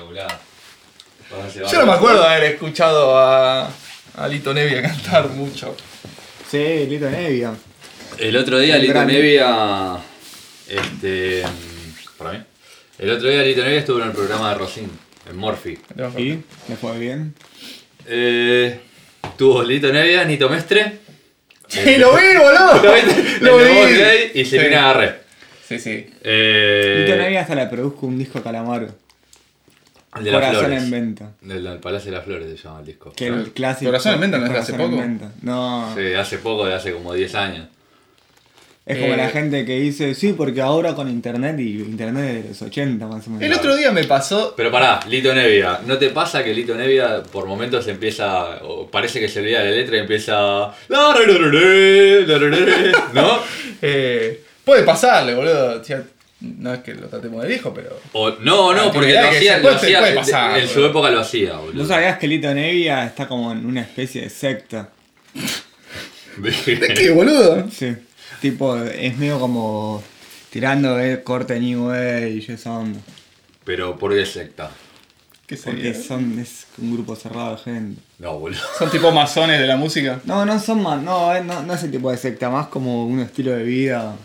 nublada. Vas a Yo no me acuerdo de haber escuchado a, a Lito Nevia cantar mucho. Sí, Lito Nevia. El otro día El Lito gran- Nevia. Este. ¿Para mí? El otro día Lito Nevia estuvo en el programa de Rosin, en Morphy. ¿Y? ¿Le fue bien? Eh, tuvo Lito Nevia, Nito Mestre. ¡Sí, lo vi, boludo! ¿Lo viste? ¡Lo El Lobo vi! Gay y Silvina Agarré. Sí, sí. Eh, Lito Nevia hasta le produjo un disco a Calamaro. el de las Corazón en flores. venta. Del del Palacio de las Flores se llama el disco. Que el Claro. clásico. Corazón en Venta no es de hace Corazón poco. en Venta. No. Sí, hace poco, de hace como 10 años. Es como Eh. la gente que dice, sí, porque ahora con internet y internet es de los 80 más o menos. El otro día me pasó. Pero pará, Lito Nevia, ¿no te pasa que Lito Nevia por momentos empieza, o parece que se olvida la letra y empieza... la, re, re, re, re, la, re, re, re, ¿No? eh, puede pasarle, boludo. O sea, no es que lo tratemos de viejo, pero. O, no, no, Ah, porque mirá lo que hacía, se lo puede- se hacía- puede pasar, en su boludo. época lo hacía, boludo. ¿Vos sabías que Lito Nevia está como en una especie de secta? ¿De qué, boludo? Sí. Tipo, es medio como tirando de corte New Wave y esa onda. Pero ¿por qué secta? ¿Qué sería? Porque son, es un grupo cerrado de gente. No, boludo. Son tipo masones de la música. No, no son más, no, eh, no, no ese tipo de secta, más como un estilo de vida.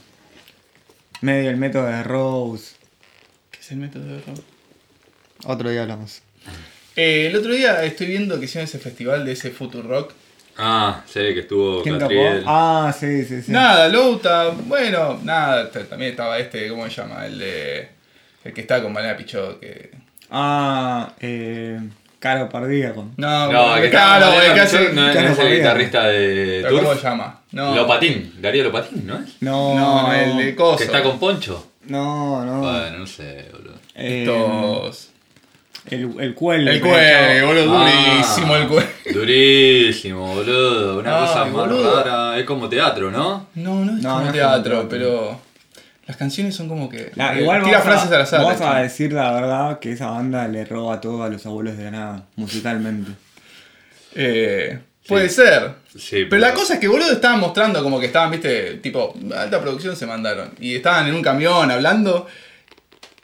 Medio el método de Rose. ¿Qué es el método de rock? Otro día hablamos. Eh, el otro día estoy viendo que hicieron ese festival de ese Future Rock. Ah, sé que estuvo ¿Quién tocó? Catriel. Ah, sí, sí, sí. Nada, Louta, bueno, nada, t- también estaba este, ¿cómo se llama? El de. El que está con Malena Pichot, que. Ah, eh. Caro Pardíaco. No, No, que Ah, claro, estaba- güey, que no, hace. no, que hace es el Fabián. guitarrista de pero ¿Cómo se Turf. llama? No. Lopatín, Darío Lopatín, ¿no es? No, No, no, el de Coso. Ah. Que está con Poncho. No, no. Bueno, no sé, boludo. Eh, Estos. el, el Ah. cuello. El cuello. cuello, boludo, durísimo el cuello. Ah, Durísimo, boludo. Una Ay, cosa más boludo. rara. Es como teatro, ¿no? No, no es No, como no es teatro, como teatro. pero. Las canciones son como que. La- eh, igual tira vamos frases a, al azar. Vamos de hecho. a decir la verdad que esa banda le roba todo a los abuelos de la nada, musicalmente. Eh, puede ser. Sí, Pero la cosa es que boludo estaban mostrando como que estaban, viste, tipo, alta producción se mandaron. Y estaban en un camión hablando.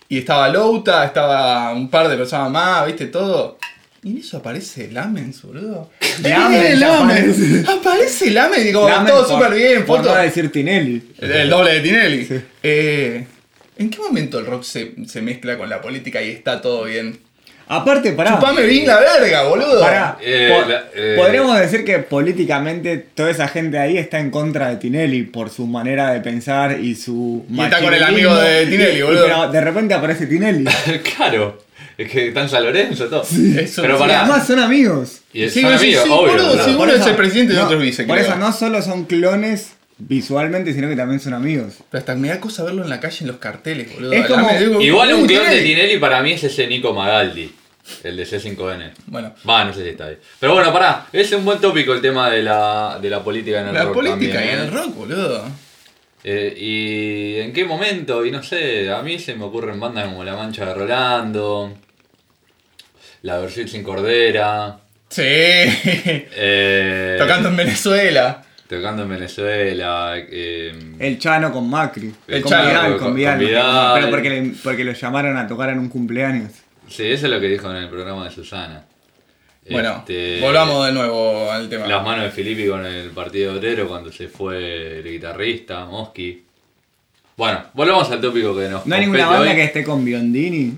Y estaba Louta, estaba un par de personas más, viste, todo. Y en eso aparece Lamens, boludo. Lamens, Eh, Lamens. aparece. Aparece Lamens y como Lamen todo por- súper bien, Por foto. no decir Tinelli. El, el doble de Tinelli. Sí. Eh, ¿En qué momento el rock se, se mezcla con la política y está todo bien? Aparte, pará. Chupame bien la verga, boludo. Ah. Pará. Eh, po- la- eh. Podríamos decir que políticamente toda esa gente ahí está en contra de Tinelli por su manera de pensar y su. Y está con el maquinerismo. amigo de Tinelli, Y- y- boludo. Pero de repente aparece Tinelli. claro. Es que están San Lorenzo, todo. Eso, Pero sí, Y pará. además son amigos. Y Sí, son sí, amigos, sí, obvio. boludo, boludo. sí, Por uno eso- es el presidente y el otro es vice, Por creo. eso no solo son clones visualmente, sino que también son amigos. Pero hasta me da cosa verlo en la calle en los carteles, boludo. Es como- Hablame, digo, Igual "Uh, un clon de Tinelli". Tinelli para mí es ese Nico Magaldi. El de C5N. Bueno, Va, no sé si está ahí. Pero bueno, pará. Es un buen tópico el tema de la, de la política en el la rock política también, y ¿eh? el rock, boludo. Eh, y en qué momento, y no sé, a mí se me ocurren bandas como La Mancha de Rolando, La Versión sin Cordera, Sí. eh, Tocando en Venezuela. tocando en Venezuela. eh, El Chano con Macri. El con Chano Vidal, con- con Vidal. con Vidal. Pero porque, le- porque lo llamaron a tocar en un cumpleaños. sí, eso es lo que dijo en el programa de Susana. Bueno, Este, volvamos de nuevo al tema. Las manos de Filippi con el Partido Obrero cuando se fue el guitarrista, Mosky. Bueno, volvamos al tópico que nos No hay compete ninguna banda hoy. que esté con Biondini.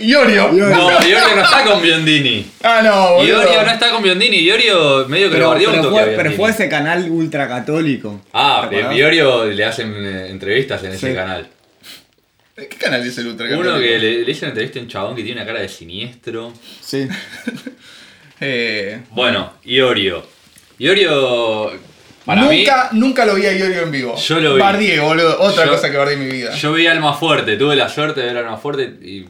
Iorio. No, Iorio no está con Biondini. Ah, no, boludo. Iorio no está con Biondini, Iorio medio que lo Pero, bardeó un pero toque a fue, pero Biondini. fue ese canal ultracatólico. Ah, ¿Te de acordás? Iorio le hacen eh, entrevistas en ese Sí. canal. ¿Qué canal es el Ultra? Uno que le, le hizo una entrevista a un chabón que tiene una cara de siniestro. Sí. Eh, Bueno, Iorio. Iorio, para nunca, nunca lo vi a Iorio en vivo. Yo lo vi. Bardié, boludo. Otra Yo- cosa que bardié en mi vida. mí, yo vi Alma Fuerte, tuve la suerte de ver Alma Fuerte y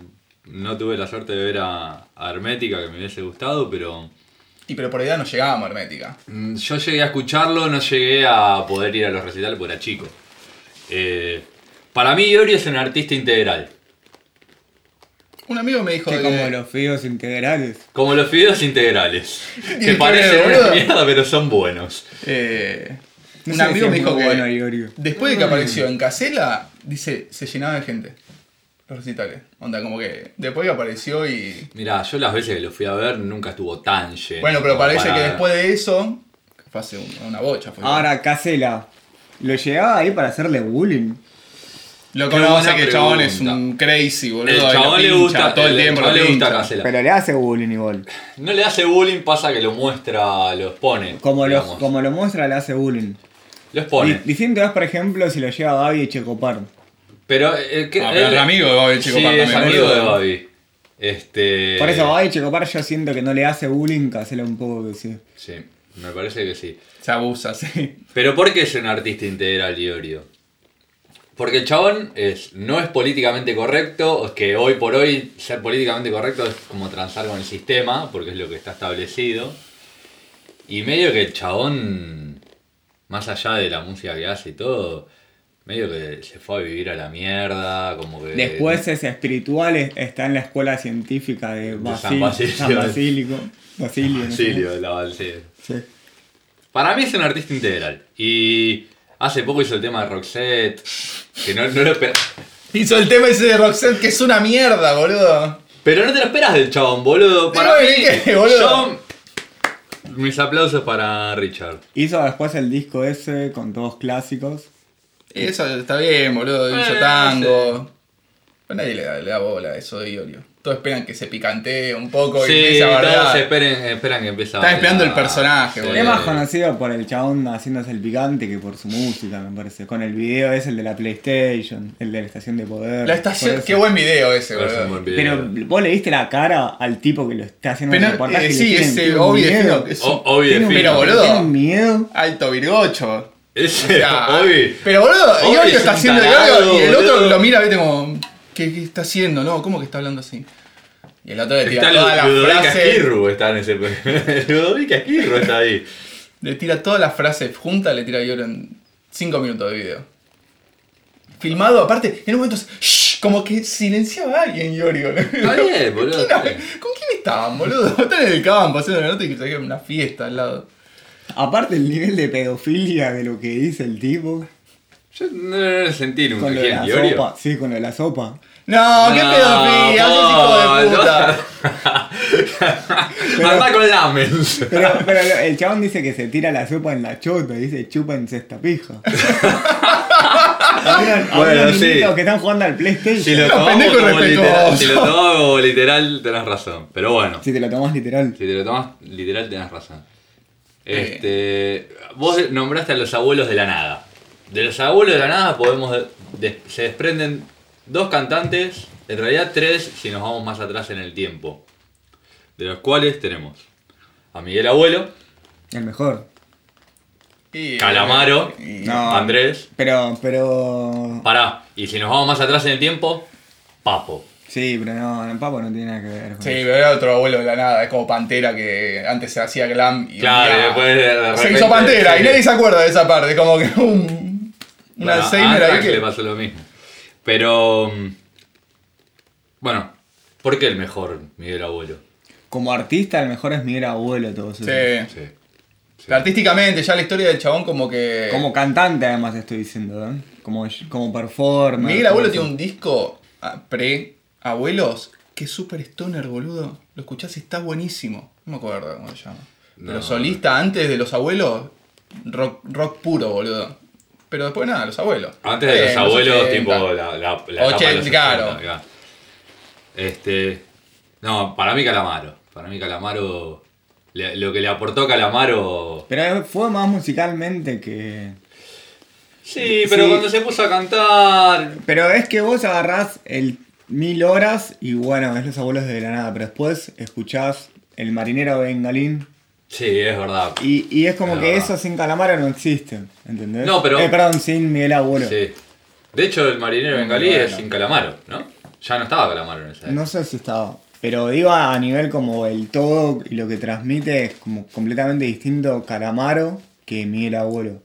no tuve la suerte de ver a, a Hermética, que me hubiese gustado, pero Y pero por edad no llegábamos a Hermética. mm, yo llegué a escucharlo, no llegué a poder ir a los recitales porque era chico. Eh, para mí, Iorio es un artista integral. Un amigo me dijo Que que- como los fideos integrales. Como los fideos integrales. tiene Que que parecen ver, una boludo? mierda, pero son buenos. Eh, No un sé si amigo es me dijo muy que bueno, Iorio. después de que apareció en Casela, dice, se llenaba de gente. los recitales. Onda, como que después apareció y. Mirá, yo las veces que lo fui a ver nunca estuvo tan lleno. Bueno, pero como parece para- que después de eso. que Fue hace un- una bocha. Fue Ahora, Casela, ¿lo llegaba ahí para hacerle bullying? Lo Qué que no sé buena que el chabón es pregunta. un crazy, boludo. El y lo chabón le pincha gusta todo el, tiempo. lo chabón le gusta pincha. Casela. Pero le hace bullying igual. No le hace bullying, pasa que lo muestra, lo expone. Como lo, digamos. como lo muestra, le hace bullying. Lo expone. Di- distinto es, por ejemplo, si lo lleva Babi y Checopar. Pero, eh, que- Ah, pero él- es amigo de Babi, chico. Sí, Parra, es me amigo acuerdo. de Babi. Este. Por eso Babi y Checopar yo siento que no le hace bullying, Casela un poco que sí. Sí, me parece que sí. Se abusa, sí. Pero ¿por qué es un artista integral Iorio? Porque el chabón es, no es políticamente correcto, es que hoy por hoy ser políticamente correcto es como transar con el sistema, porque es lo que está establecido. Y medio que el chabón, más allá de la música que hace y todo, medio que se fue a vivir a la mierda, como que... Después es espiritual, es- está en la escuela científica de, De San Basil- Basilio. San Basílico. Basilio. no sé. Silvio, la Balsera. Sí. Para mí es un artista integral. Y hace poco hizo el tema de Roxette, que no, no lo esperaba. Hizo el tema ese de Roxette que es una mierda, boludo. Pero no te lo esperas del chabón, boludo. Sí, Para güey, mí, ¿qué, boludo? yo- Mis aplausos para Richard. Hizo después el disco ese con todos clásicos. Eso está bien, boludo. Hizo Eh, tango. Pero nadie le da, le da bola a eso de Iorio. Todos esperan que se picantee un poco y Sí, empiece a todos bardear. esperen, esperan que empiece a Están esperando bailar. el personaje, Sí. boludo. Es más conocido por el chabón haciéndose el picante que por su música, me parece. Con el video es el de la PlayStation, el de la estación de poder. La estación. Por eso. Qué buen video ese, Pero es un boludo. buen Pero video. vos le diste la cara al tipo que lo está haciendo en Pero, el reportaje. eh, y le sí, tienen- ese tienen obvio. miedo. es O- un- obvio, Tienen- defino. pero, boludo. Tienen miedo. Alto virgocho. Ese, Ya. Obi. Pero boludo, Obi es Iorio está un haciendo el tarado, Iorio y el otro boludo. lo mira, viste, como. ¿Qué, qué está haciendo? No, ¿cómo que está hablando así? Y el otro le tira Está toda la Ludovica frase. Esquirru, está en ese. Ludovica Esquirru está ahí. Le tira todas las frases juntas, le tira a Iorio en 5 minutos de video. Filmado, aparte, en un momento. es, "Shh", como que silenciaba a alguien, Iorio. Está bien, boludo. ¿Quién- ¿Con quién estaban, boludo? Están en el campo haciendo la nota y que una fiesta al lado. Aparte el nivel de pedofilia de lo que dice el tipo. Yo no, no sentí nunca Con lo de quién, la Iorio. sopa. Sí, con lo de la sopa. No, qué pedofilia, sos hijo de puta. Pero... Andá con lamens. Pero, pero lo- el chabón dice que se tira la sopa en la chota, dice chúpense esta pija. Hablan- Bueno, hablan sí. niñitos que están jugando al PlayStation. Si lo Era un tomamos pendejo como literal, irrespetuoso. si lo tomamos como literal, tenés razón. Pero bueno, Si te lo tomás literal. si te lo tomás literal, tenés razón. Eh. Este, vos nombraste a los abuelos de la nada. De los abuelos de la nada podemos de- de- se desprenden dos cantantes, en realidad tres si nos vamos más atrás en el tiempo. De los cuales tenemos a Miguel Abuelo, El mejor. Y- Calamaro, y- No. Andrés, Pero, pero. pará. Y si nos vamos más atrás en el tiempo, Papo. Sí, pero no, no, Papo no tiene nada que ver. con Sí, eso. pero era otro abuelo de la nada, es como Pantera que antes se hacía glam y Claro, un y día después de- de se repente- hizo Pantera sí. y nadie se acuerda de esa parte, como que un, un Bueno, Alzheimer a ahí Anthrax le que... pasó lo mismo. Pero. mm, Bueno, ¿por qué el mejor Miguel Abuelo? Como artista, el mejor es Miguel Abuelo, todo eso. Sí. Sí. sí. Pero Artísticamente, ya la historia del chabón como que... Como cantante, además, estoy diciendo, ¿eh? Como, como performer. Miguel Abuelo todo eso. tiene un disco ah, pre-abuelos que es super stoner, boludo. Lo escuchás y está buenísimo. No me acuerdo cómo se llama. No. Pero solista antes de los abuelos, rock, rock puro, boludo. Pero después nada, los abuelos. Antes de Eh, los abuelos, 80. tipo la, la, la etapa de los 80, claro. 80, claro. Este. No, para mí Calamaro. Para mí Calamaro. le- lo que le aportó Calamaro. Pero fue más musicalmente que. Sí, pero Sí. cuando se puso a cantar. Pero es que vos agarrás el mil horas y bueno, es los abuelos de la nada, pero después escuchás el marinero bengalín Sí, es verdad. y, y es como Es que verdad. eso sin Calamaro no existe, ¿entendés? No, pero- Eh, perdón, sin Miguel Abuelo. Sí. De hecho, el marinero bengalí Bueno. es sin Calamaro, ¿no? Ya no estaba Calamaro en esa época. No sé si estaba, pero digo a nivel como el todo y lo que transmite es como completamente distinto Calamaro que Miguel Abuelo.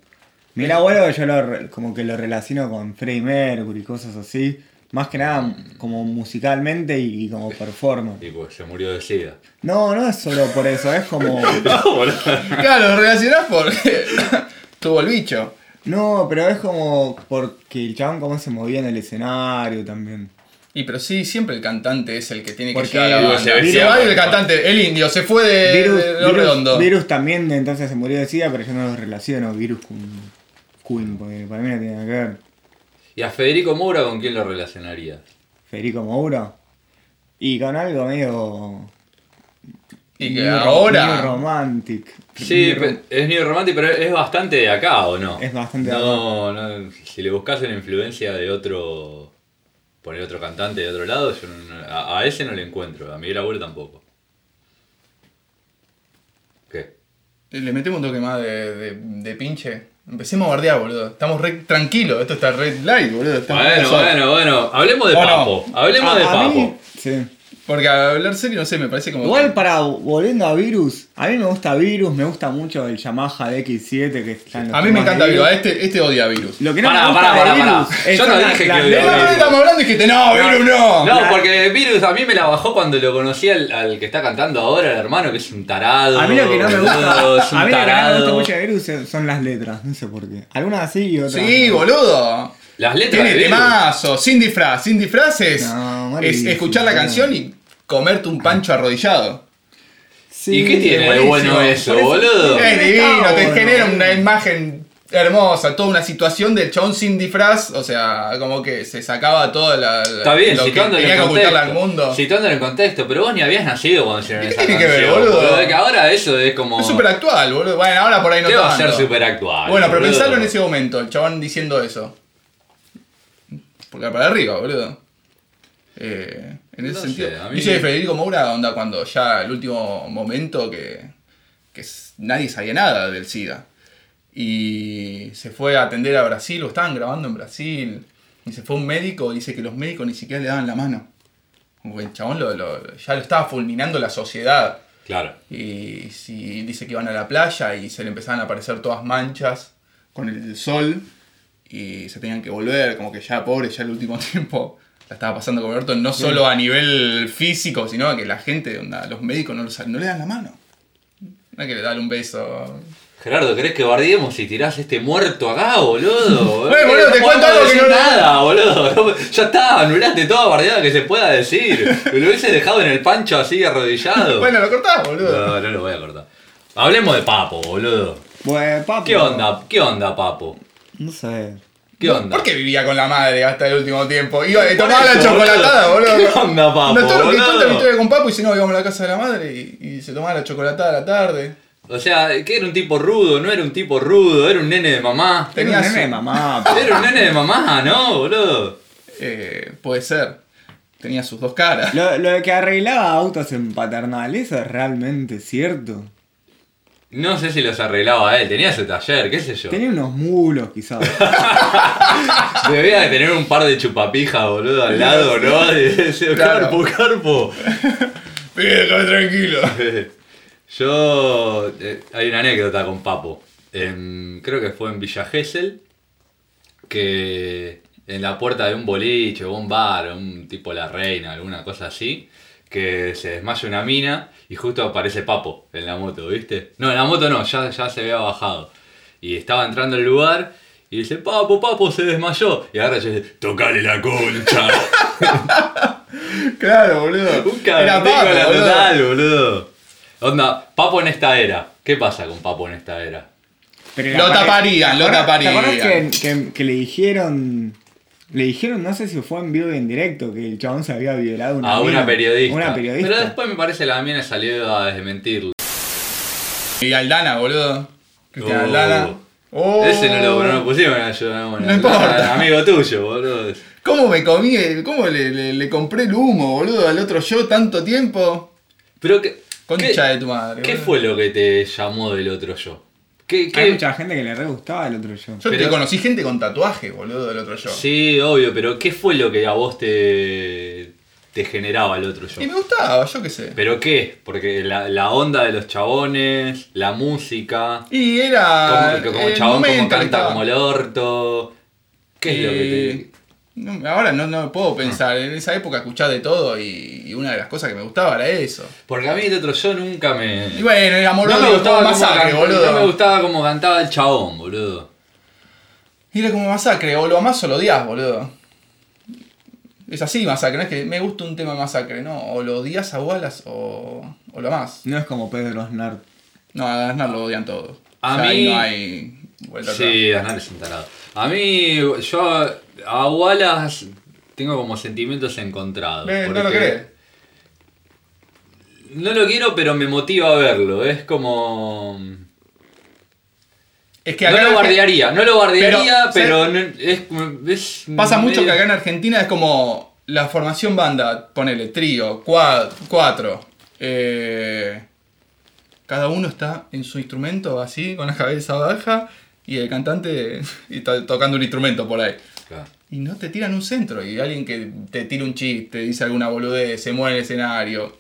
Miguel Abuelo yo lo, re- como que lo relaciono con Freddie Mercury, cosas así, más que nada como musicalmente y, y como performance. Y pues se murió de sida. No, no es solo por eso, es como. Claro, lo relacionás porque tuvo el bicho. No, pero es como porque el chabón cómo se movía en el escenario también. Y Y pero sí, siempre el cantante es el que tiene que Porque llevar la Virus banda. se Se decía, va el bueno, cantante, el indio, se fue de, Virus, de Eh, lo virus, redondo. virus también, entonces se murió de SIDA, pero yo no lo relaciono virus con Queen, porque para mí no tiene nada que ver. ¿Y a Federico Moura con quién lo relacionarías? Federico Moura. Y con algo medio. y que medio ro- medio ahora. romantic. Sí, Medio pe- es New Romantic, pero es bastante de acá, ¿o no? Es bastante de no, No, si le buscas una influencia de otro. por el otro cantante de otro lado, yo no- no- a, a ese no le encuentro, a Miguel Abuelo tampoco. ¿Qué? Le metemos un toque más de, de- de pinche. Empecemos a bardear, boludo. Estamos re tranquilos. Esto está red light, boludo. Estamos Bueno, nosotros. bueno, bueno, hablemos de Bueno, Papo, hablemos de A- a mí- Papo. sí. Porque hablar serio, no sé, me parece como. Igual que- para volviendo a Virus, a mí me gusta Virus, me gusta mucho el Yamaha DX7 que está en los a mí me temas encanta de Virus. a Este, este odia virus. Lo que no Pará, me gusta pará, de pará, pará. Virus es Yo no la- dije que la- odio No, no, no, Virus. estamos hablando y dijiste, no, Virus no. No, porque Virus a mí me la bajó cuando lo conocí al, al que está cantando ahora, el hermano, que es un tarado. A mí lo que no me boludo, gusta, es un a mí lo que no me gusta tarado. mucho de Virus son- son las letras, no sé por qué. Algunas sí y otras. Sí, no. boludo. Las letras Tiene de Virus. temazo, sin disfraz. Sin disfraz es, No, mal es difícil, escuchar la boludo. canción y comerte un pancho arrodillado. Sí, ¿Y qué tiene de buenísimo. bueno eso, Por boludo? Sí, Es divino, está te bueno. genera una imagen hermosa, toda una situación del chabón sin disfraz, o sea, como que se sacaba toda la. la- Está bien, lo que citándolo tenía en que ocultarle contexto. al mundo. Citándolo en contexto, pero vos ni habías nacido cuando hicieron ¿Y qué esa tiene que ver, canción, boludo? de que ahora eso es como. Es súper actual, boludo. Bueno, ahora por ahí no ¿Qué va a ser tanto. súper actual? Bueno, pero boludo? pensarlo en ese momento, el chabón diciendo eso. Porque para arriba, boludo. Eh, en ese No sé, sentido. a mí- Dice Federico Moura, onda, cuando ya el último momento que, que s- nadie sabía nada del SIDA. Y se fue a atender a Brasil, o estaban grabando en Brasil. Y se fue un médico, dice que los médicos ni siquiera le daban la mano. Como que El chabón lo- lo- ya lo estaba fulminando la sociedad. Claro. Y si dice que iban a la playa y se le empezaban a aparecer todas manchas con el sol y se tenían que volver, como que ya pobre, ya el último tiempo la estaba pasando con Berto, no solo a nivel físico, sino a que la gente, onda, los médicos no, los- no le dan la mano. No hay que le dan un beso. Gerardo, ¿querés que bardiemos si tirás este muerto acá, boludo? Eh, Bueno, boludo, te podemos cuento algo que decir no- nada, boludo. No- ya está, anulaste toda bardeada que se pueda decir. lo hubiese dejado en el pancho así arrodillado. Bueno, lo cortás, boludo. No, no lo voy a cortar. Hablemos de Papo, boludo. Bueno, papo, ¿Qué onda? ¿Qué onda, Papo? No sé. ¿Qué onda? ¿Por qué vivía con la madre hasta el último tiempo? Iba, Por tomaba la eso, chocolatada, boludo. boludo. ¿Qué onda, papo, No, todo lo que cuenta boludo? mi historia con Papo y si no, íbamos a la casa de la madre y, y se tomaba la chocolatada a la tarde. O sea, que era un tipo rudo, no era un tipo rudo, era un nene de mamá. Tenía Tenía un nene su- de mamá. Era un nene de mamá, ¿no, boludo? Eh, puede ser. Tenía sus dos caras. Lo, lo de que arreglaba autos en paternal, eso es realmente cierto. No sé si los arreglaba él, tenía su taller, qué sé yo. Tenía unos mulos quizás. Debía de tener un par de chupapijas, boludo, al lado, ¿no? Y decía, Claro. Carpo, carpo. Pibe, déjame tranquilo. Yo. eh, hay una anécdota con Papo. En- creo que fue en Villa Gesell. Que en la puerta de un boliche o un bar, un tipo La Reina, alguna cosa así, que se desmaya una mina y justo aparece Papo en la moto, ¿viste? No, en la moto no, ya, ya se había bajado. Y estaba entrando al lugar y dice: Papo, Papo se desmayó. Y ahora yo dice: Tocale la concha. Claro, boludo. Un cabrón Papo, la boludo. total, boludo. Onda, Papo en esta era. ¿Qué pasa con Papo en esta era? Pero Lo la pare- taparían, lo ¿Te acordás- taparían. ¿Te acordás que, que- que le dijeron. Le dijeron, no sé si fue en vivo y en directo, que el chabón se había violado una a una mina, periodista. Una periodista. Pero después me parece la mina salió a desmentirlo. Y Aldana, boludo. Cristian Oh. Aldana. Oh. Ese no lo, no lo pusimos, no, yo- no, No importa. Amigo tuyo, boludo. ¿Cómo me comí? el- ¿Cómo le, le- le compré el humo, boludo, al otro yo tanto tiempo? Pero que. Concha de tu madre. ¿Qué boludo. fue lo que te llamó del otro yo? ¿Qué, Hay qué? mucha gente que le re gustaba el otro yo. Yo Pero- te conocí gente con tatuaje, boludo, del otro yo. Sí, obvio, pero ¿qué fue lo que a vos te, te generaba el otro yo? Y me gustaba, yo qué sé. ¿Pero qué? Porque la, la onda de los chabones, la música. Y era. Como, como el chabón, Ah, eh, momento como en que canta, estaba. como el orto. ¿Qué es lo que Ah. Eh, no, ahora no, no puedo pensar. En esa época escuchaba de todo y, y una de las cosas que me gustaba era eso. te.? Porque a mí el otro yo nunca me. Y bueno, el amor no, me odio gustaba como cómo masacre, cantaba- boludo. no me gustaba como cantaba el chabón, boludo. Era como masacre, o lo amás o lo odias, boludo. Es así, Masacre, no es que me gusta un tema de Masacre, no. O lo odias a Wallace o, o lo más. No es como Pedro Aznar. No, a Aznar lo odian todos. A O sea, ahí mí- no hay vuelta atrás. Sí, Aznar es un tarado. A mí, yo a- a Wallace tengo como sentimientos encontrados. Ve, no lo porque- crees. No lo quiero, pero me motiva a verlo. Es como. Es que No acá lo en Argen- guardiaría, no lo guardiaría, pero, Pero, no- es, es- Pasa mucho que es- acá en Argentina es como la formación banda, ponele, trío, cua- cuatro. eh, cada uno está en su instrumento así, con la cabeza baja, y el cantante y está tocando un instrumento por ahí. Claro. Y no te tiran un centro, y alguien que te tira un chiste, dice alguna boludez, se mueve en el escenario.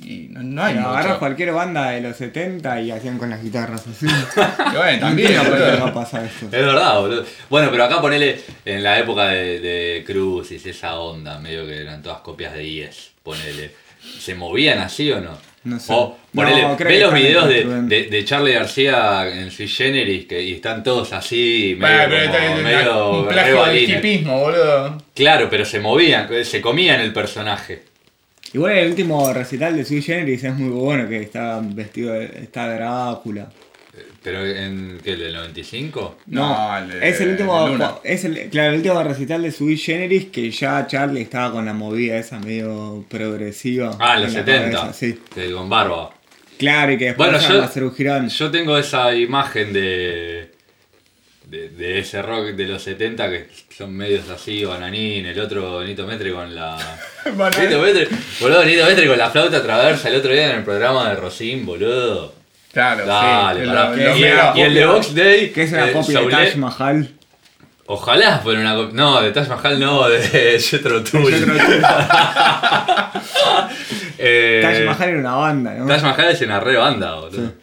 Y no, no hay Pero agarras mucho. cualquier banda de los 70 y hacían con las guitarras así. Y bueno, también, También boludo. no pasa eso. Es verdad, boludo. Bueno, pero acá ponele en la época de, de Crucis, esa onda, medio que eran todas copias de 10, ponele. ¿Se movían así o no? No sé. O No, ponele, ve creo que los están videos de, construyendo. de, de Charlie García en Sui Generis que, y están todos así, medio, Bueno, pero como- está- medio un re plagio del balines. hipismo, boludo. Claro, pero se movían, se comían el personaje. Igual el último recital de Sui Generis es muy bueno, que está vestido, de, está Drácula. Pero en ¿qué, el del 95? No, No, el de- es el el Luna. último, es el, claro, el último recital de Sui Generis que ya Charlie estaba con la movida esa medio progresiva. Ah, en los la 70. cabeza, sí. Que con barba. Claro, y que después Bueno, bueno, yo- a hacer un girón. Yo tengo esa imagen de, de. de ese rock de los 70 que son medios así, Bananín, el otro Nito Metri con la. Bananín. Nito Metri, boludo, Nito Metri con la flauta traversa el otro día en el programa de Rosín, boludo. Claro, Dale, sí. pará. lo- que lo y, el- mega- y el de Box Day. Que es una eh, copia de Saulet- Taj Mahal. Ojalá fuera una copia. No, de Taj Mahal no, de Jethro Tull. Jethro Tull. Eh, Taj Mahal era una banda, ¿no? Taj Mahal es una re banda, boludo.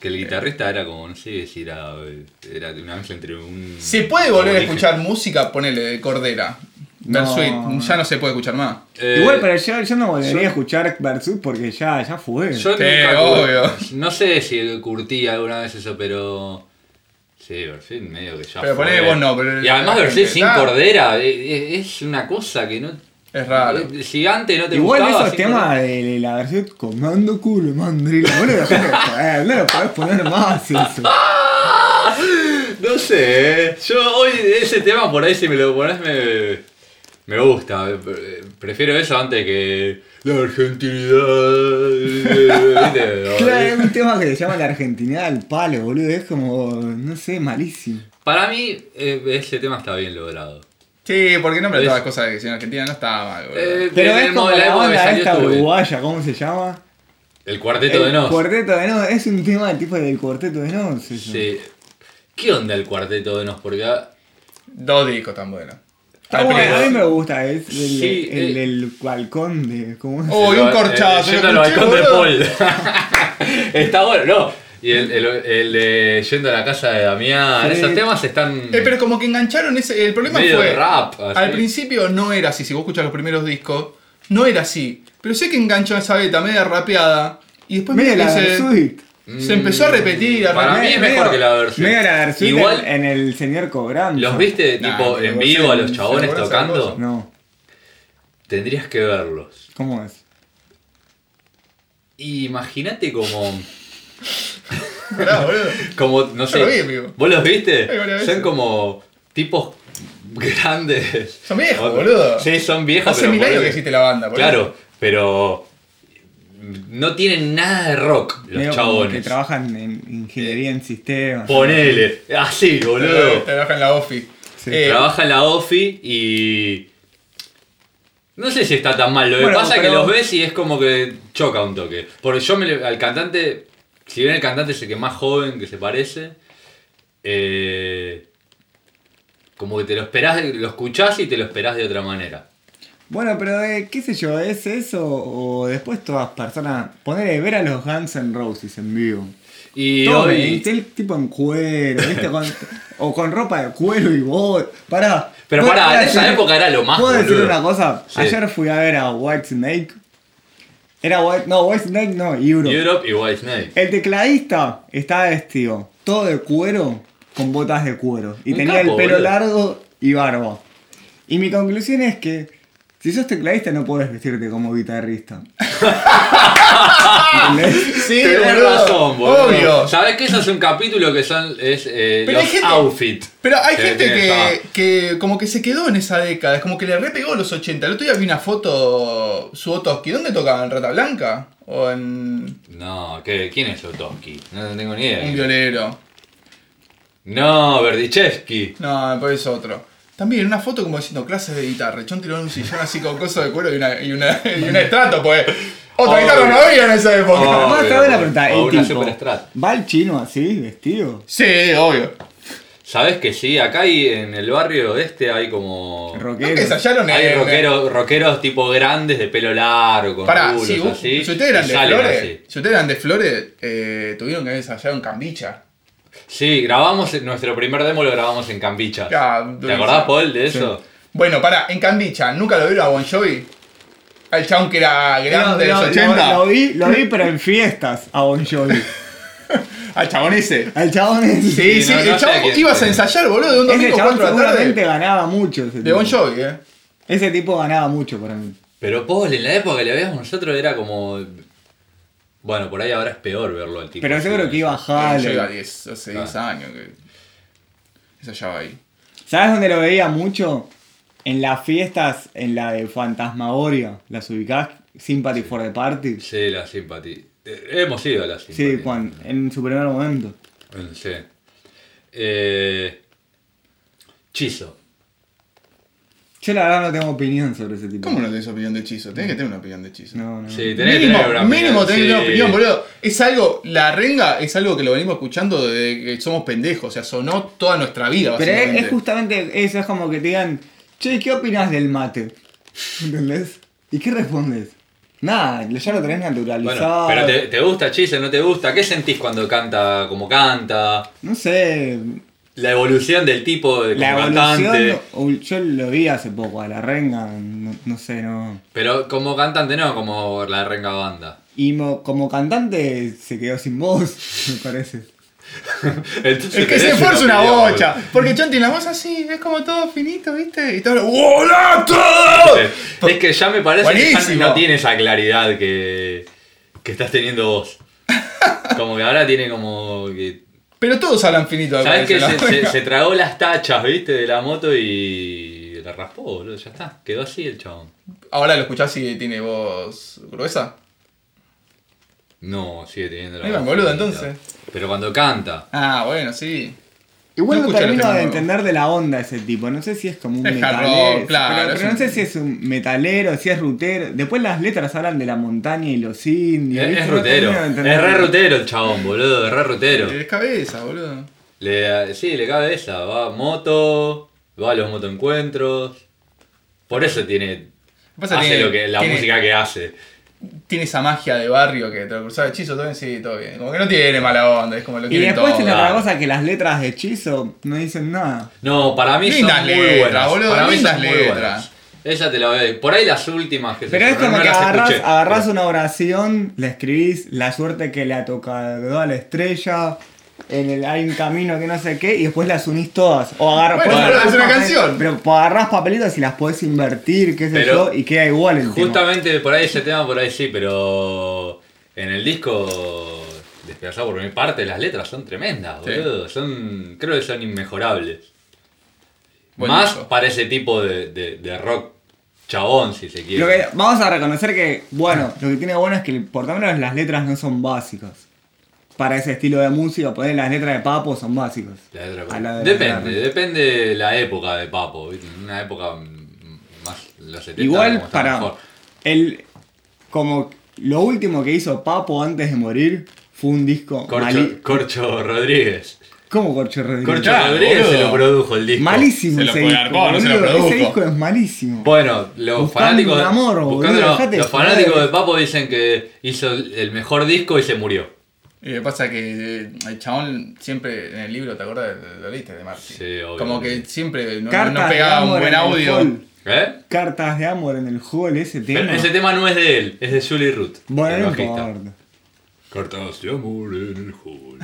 Que el guitarrista era como, no sé si era, era una mezcla entre un... ¿Se puede volver a aborigen. escuchar música? Ponele de Cordera. Bersuit, No. ya no se puede escuchar más. Eh, Igual, pero yo, yo no volvería yo- a escuchar Versus porque ya, ya fue. Yo Sí, nunca cur- obvio. No sé si curtí alguna vez eso, pero... Sí, Verfit medio que ya Pero fue. poné vos no, pero- Y además la Verfit gente, sin claro. cordera eh, eh, es una cosa que no... Es raro. eh, Si antes no te Igual gustaba, esos sin temas de, de la versión comando culo, mandrila, boludo, dejá de joder, eh, no lo podés poner más eso. No sé, eh. yo hoy ese tema por ahí si me lo pones me, me gusta. Pre- Prefiero eso antes que la argentinidad. ¿viste? Claro, es un tema que se llama la Argentina al palo, boludo, es como, no sé, malísimo. Para mí eh, ese tema está bien logrado. Sí, porque no me ¿Ves? todas las cosas que si en Argentina no estaba mal, boludo. Eh, Pero en es el como modo de la época que banda salió esta estuve. uruguaya, ¿cómo se llama? El cuarteto de El nos. Cuarteto de Nos, es un tema tipo del Cuarteto de Nos. eso. Sí. ¿Qué onda el cuarteto de nos? Porque ah, Dos discos tan buenos. Está Al bueno, primero. a mí me gusta, es el, Sí, el eh. del balcón de. ¿Cómo es? Oh, y un corchazo. Yendo yo al escuché, balcón de boludo. Paul. Está bueno, no. Y el, el, el de yendo a la casa de Damián. Sí. Esos temas están. Eh, pero como que engancharon ese. El problema Medio fue. rap, así. Al principio no era así. Si vos escuchas los primeros discos, no era así. Pero sé que enganchó esa beta media rapeada. Y después Medio medio la que se- Versuit. Se empezó a repetir, a Para repetir. mí es mejor que la Versuit. Medio la Versuit Igual- en, en el señor cobrando. ¿Los viste Nah, tipo pero en vos vivo a en- los chabones seguro esa tocando? cosa. No, Tendrías que verlos. ¿cómo es? Y Imagínate como, Pará, boludo. como no sé, lo vi en vivo. ¿vos los viste? Ay, varias Son veces. como tipos grandes. Son viejos, Otro- boludo. Sí, son viejos. Hace pero mil años boludo. que existe la banda, boludo. Claro, pero no tienen nada de rock los Medio como Que chabones. Eh, trabajan en ingeniería en sistemas. Ponele, así, boludo. Trabaja en la office. Sí. Eh, Trabaja en la OFI y. No sé si está tan mal. Lo que Bueno, pasa es que pero- los ves y es como que choca un toque. Porque yo me, le- al cantante, si bien el cantante es el que más joven que se parece, eh, como que te lo esperás, lo escuchás y te lo esperás de otra manera. Bueno, pero eh, qué sé yo, ¿es eso o después todas personas. Poner ver a los Guns N' Roses en vivo. Y Todo, hoy. ¿viste? El tipo en cuero, ¿viste? Con- o con ropa de cuero y bot. Pará. Pero ¿puedo- pará, puedo en esa época era lo más, ¿Puedo decir boludo? una cosa? Sí. Ayer fui a ver a White Snake. Era White. No, White Snake no, Euro. Europe y White Snake. El tecladista estaba vestido todo de cuero con botas de cuero. Y Un tenía capo, el pelo boludo. largo y barba. Y mi conclusión es que Si sos tecladista no podés vestirte como guitarrista. ¿Entendés? Sí, Tenés boludo, razón, boludo. Obvio. Sabés que eso es un capítulo que son es, eh, Pero hay los gente- outfits. Pero hay Sí, gente tiene- que, está. que como que se quedó en esa década, es como que le repegó los 80. El otro día vi una foto Subotoski. ¿Dónde tocaban? ¿En Rata Blanca? ¿O en No, ¿qué- ¿quién es Lotoski? No, no tengo ni un idea. violero? No, Verdichevsky. No, pues es otro. También una foto como diciendo clases de guitarra. El Chon tiró en un sillón así con cosas de cuero y una, y una, y un estrato, pues. Otra Obvio. Oh. guitarra no había en esa época. Obvio. Además, cabe la pregunta, O el una tipo, superstrat. ¿va el chino así, vestido? Sí, obvio. Sabés que sí, acá hay, en el barrio este hay como. ¿No que Rockero. ensayaron Hay en- rockeros, rockeros tipo grandes de pelo largo, con Pará, rulos si, vos- así. si ustedes eran y de salen Flores, así. si ustedes eran de Flores, eh, tuvieron que ensayar en Cambicha. Sí, grabamos nuestro primer demo lo grabamos en Cambicha. Ah, ¿Te durísimo. acordás, Paul, de eso? Bueno, pará, en Cambicha, ¿nunca lo vieron a Bon Jovi? Al chabón que era Lo, grande de los lo- 80. lo vi, lo vi, pero en fiestas a Bon Jovi. Al chabón ese. Al chabón ese. Sí, sí, Sí, no, no el sé chabón quién- ibas a ensayar, boludo, de un Ese domingo a chabón 4 de la seguramente tarde. ganaba mucho. Ese De Bon tipo. Jovi, eh. Ese tipo ganaba mucho para mí. Pero Paul, en la época que le veíamos nosotros era como. Bueno, por ahí ahora es peor verlo al tipo. Pero así, seguro ¿no? que iba a Yo iba a Halle. 10, hace 10 años que ensayaba ahí. ¿Sabes dónde lo veía mucho? En las fiestas, en la de Fantasmagoria. ¿Las ubicás? Sympathy for the Party. Sí, la simpatía. Eh, hemos ido a la simpatía. Sí, cuando, en su primer momento. Eh, Sí. Eh, Chizo. Yo la verdad no tengo opinión sobre ese tipo. ¿Cómo no tenés opinión de hechizo? Tenés que tener una opinién de hechizo. No, no. Sí, tenés que Mínimo, tener una mínimo tenés que tener sí. opinión, boludo. Es algo, la renga es algo que lo venimos escuchando desde que somos pendejos, o sea, sonó toda nuestra vida. Pero es, básicamente. es justamente eso, es como que te digan, che, ¿qué opinas del mate? ¿Entendés? ¿Y qué respondes? Nada, ya lo tenés naturalizado. Bueno, pero te, te gusta Chizo, no te gusta. ¿Qué sentís cuando canta como canta? No sé, La evolución del tipo de como la cantante. evolución, o- yo lo vi hace poco, a la renga, no, no sé, no... Pero como cantante no, como la renga banda. Y mo- como cantante se quedó sin voz, me parece. Entonces Es que tenés se esfuerza una opinión, boludo. bocha. Porque John tiene la voz así, es como todo finito, ¿viste? Y todo. ¡Volato! Es que ya me parece que Oh, Buenísimo. ya no tiene esa claridad que, que estás teniendo vos. Como que ahora tiene como que. Pero todos hablan finito. me ¿Sabes parece, que se, ¿no? se- se tragó las tachas, viste, de la moto y la raspó, boludo? Ya está, quedó así el chabón. Ahora lo escuchás y tiene voz gruesa. No, sigue teniendo la Ahí va, voz boludo, finita. entonces. Pero cuando canta. Ah, bueno, sí. Igual No no escuché los termino temas de nuevos. entender de la onda ese tipo. No sé si es como un Es hard rock, metalero. claro, pero- es pero no un- sé si es un metalero, si es rutero. Después las letras hablan de la montaña y los indios. Es, ¿viste? es No rutero. termino de Es entender. re rutero el chabón, boludo, es re rutero. Tienes cabeza, boludo. Le, sí, le cabe esa. Va a moto, va a los motoencuentros. Por eso tiene. Pasa, hace tiene- lo que, la tiene- música que hace. Tiene esa magia de barrio que te lo cruzaba hechizo, todo bien, sí, todo bien. Como que no tiene mala onda, es como lo Y quieren después todo. tiene otra claro. cosa que las letras de hechizo no dicen nada. No, para mí Lindas son muy letras, buenas. boludo, para mí lindas son muy letras. buenas. Esa te la veo. Por ahí las últimas que se Pero es fueron, como no que las agarrás, escuché. agarrás una oración, la escribís, la suerte que le ha tocado a la estrella, en el, hay un camino que no sé qué, y después las unís todas. O agarras. Bueno, podés pero agarrar es una papel- canción. Pero po- agarrás papelitos y las podés invertir, qué sé Pero yo, y queda igual el tema. Justamente por ahí ese tema, por ahí sí, pero. En el disco. Despedazado por mi parte, las letras son tremendas, Sí. boludo. Son, creo que son inmejorables. Buen Más disco. para ese tipo de, de- de rock chabón, si se quiere. Lo que- vamos a reconocer que, bueno, lo que tiene bueno es que por lo menos las letras no son básicas. Para ese estilo de música, poner las letras de Papo son básicas. La de Draco. A la de- depende, la- depende la época de Papo. ¿viste? En Una época mm, más los 70. como Igual está para mejor. el como lo último que hizo Papo antes de morir fue un disco Corcho, mali- Corcho Rodríguez. ¿Cómo Corcho Corcho Rodríguez? Claro, Rodríguez se boludo. lo produjo el disco. Malísimo Se lo ese fue disco. Garpón, no se lo boludo. ese produjo. disco es malísimo. Bueno, los Buscando fanáticos. un amor, boludo, buscando- no, dejate de los joder. fanáticos de Papo dicen que hizo el mejor disco y se murió. Y me pasa que eh, el chabón siempre en el libro, ¿te acuerdas? Lo leíste de Marty. Sí, obvio. Como que siempre no, Cartas no de pegaba un amor buen en el audio. hall. ¿Eh? Cartas de amor en el hall, ese tema. Pero ese tema no es de él, es de Julie Root. bueno, el no bajista. importa. Cartas de amor en el hall.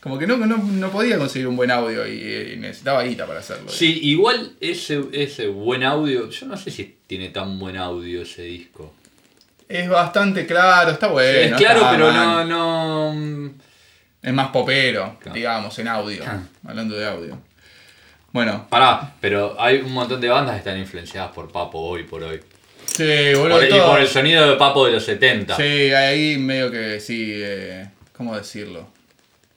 Como que no, no, no podía conseguir un buen audio y, y necesitaba guita para hacerlo. Sí, igual ese, ese buen audio, yo no sé si tiene tan buen audio ese disco. Es bastante claro, está bueno. es claro, está pero mal. no, no... Es más popero, Claro. digamos, en audio. Ah. Claro. Hablando de audio. Bueno, Pará, pero hay un montón de bandas que están influenciadas por Papo hoy por hoy. sí, boludo. Por- y todo- por el sonido de Papo de los 70. Sí, ahí medio que sí. eh, ¿Cómo decirlo?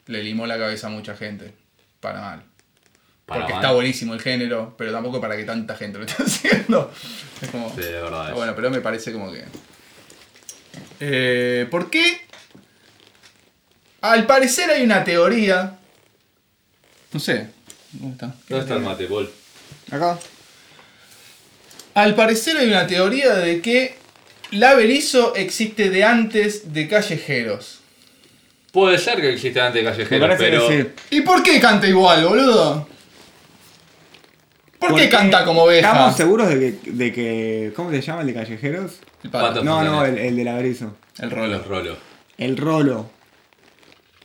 Le limó la cabeza a mucha gente. Para mal. Para Porque mal. está buenísimo el género, pero tampoco para que tanta gente lo esté haciendo. Es como. Sí, de verdad. Ah, es. Bueno, pero me parece como que. Eh, ¿Por qué? Al parecer hay una teoría. No sé. ¿Dónde está? ¿Dónde está el mate, Paul? Acá. Al parecer hay una teoría de que la Berizo existe de antes de callejeros. Puede ser que exista antes Me Callejero, parece pero... que sí. ¿Y por qué canta igual, boludo? ¿Por, qué Porque canta como oveja? Estamos seguros de que, de que. ¿Cómo se llama el de callejeros? El pato. Pato. No, no, Fontanes. el, el de la Berizo. El Los rolo. rolos. El Rolo.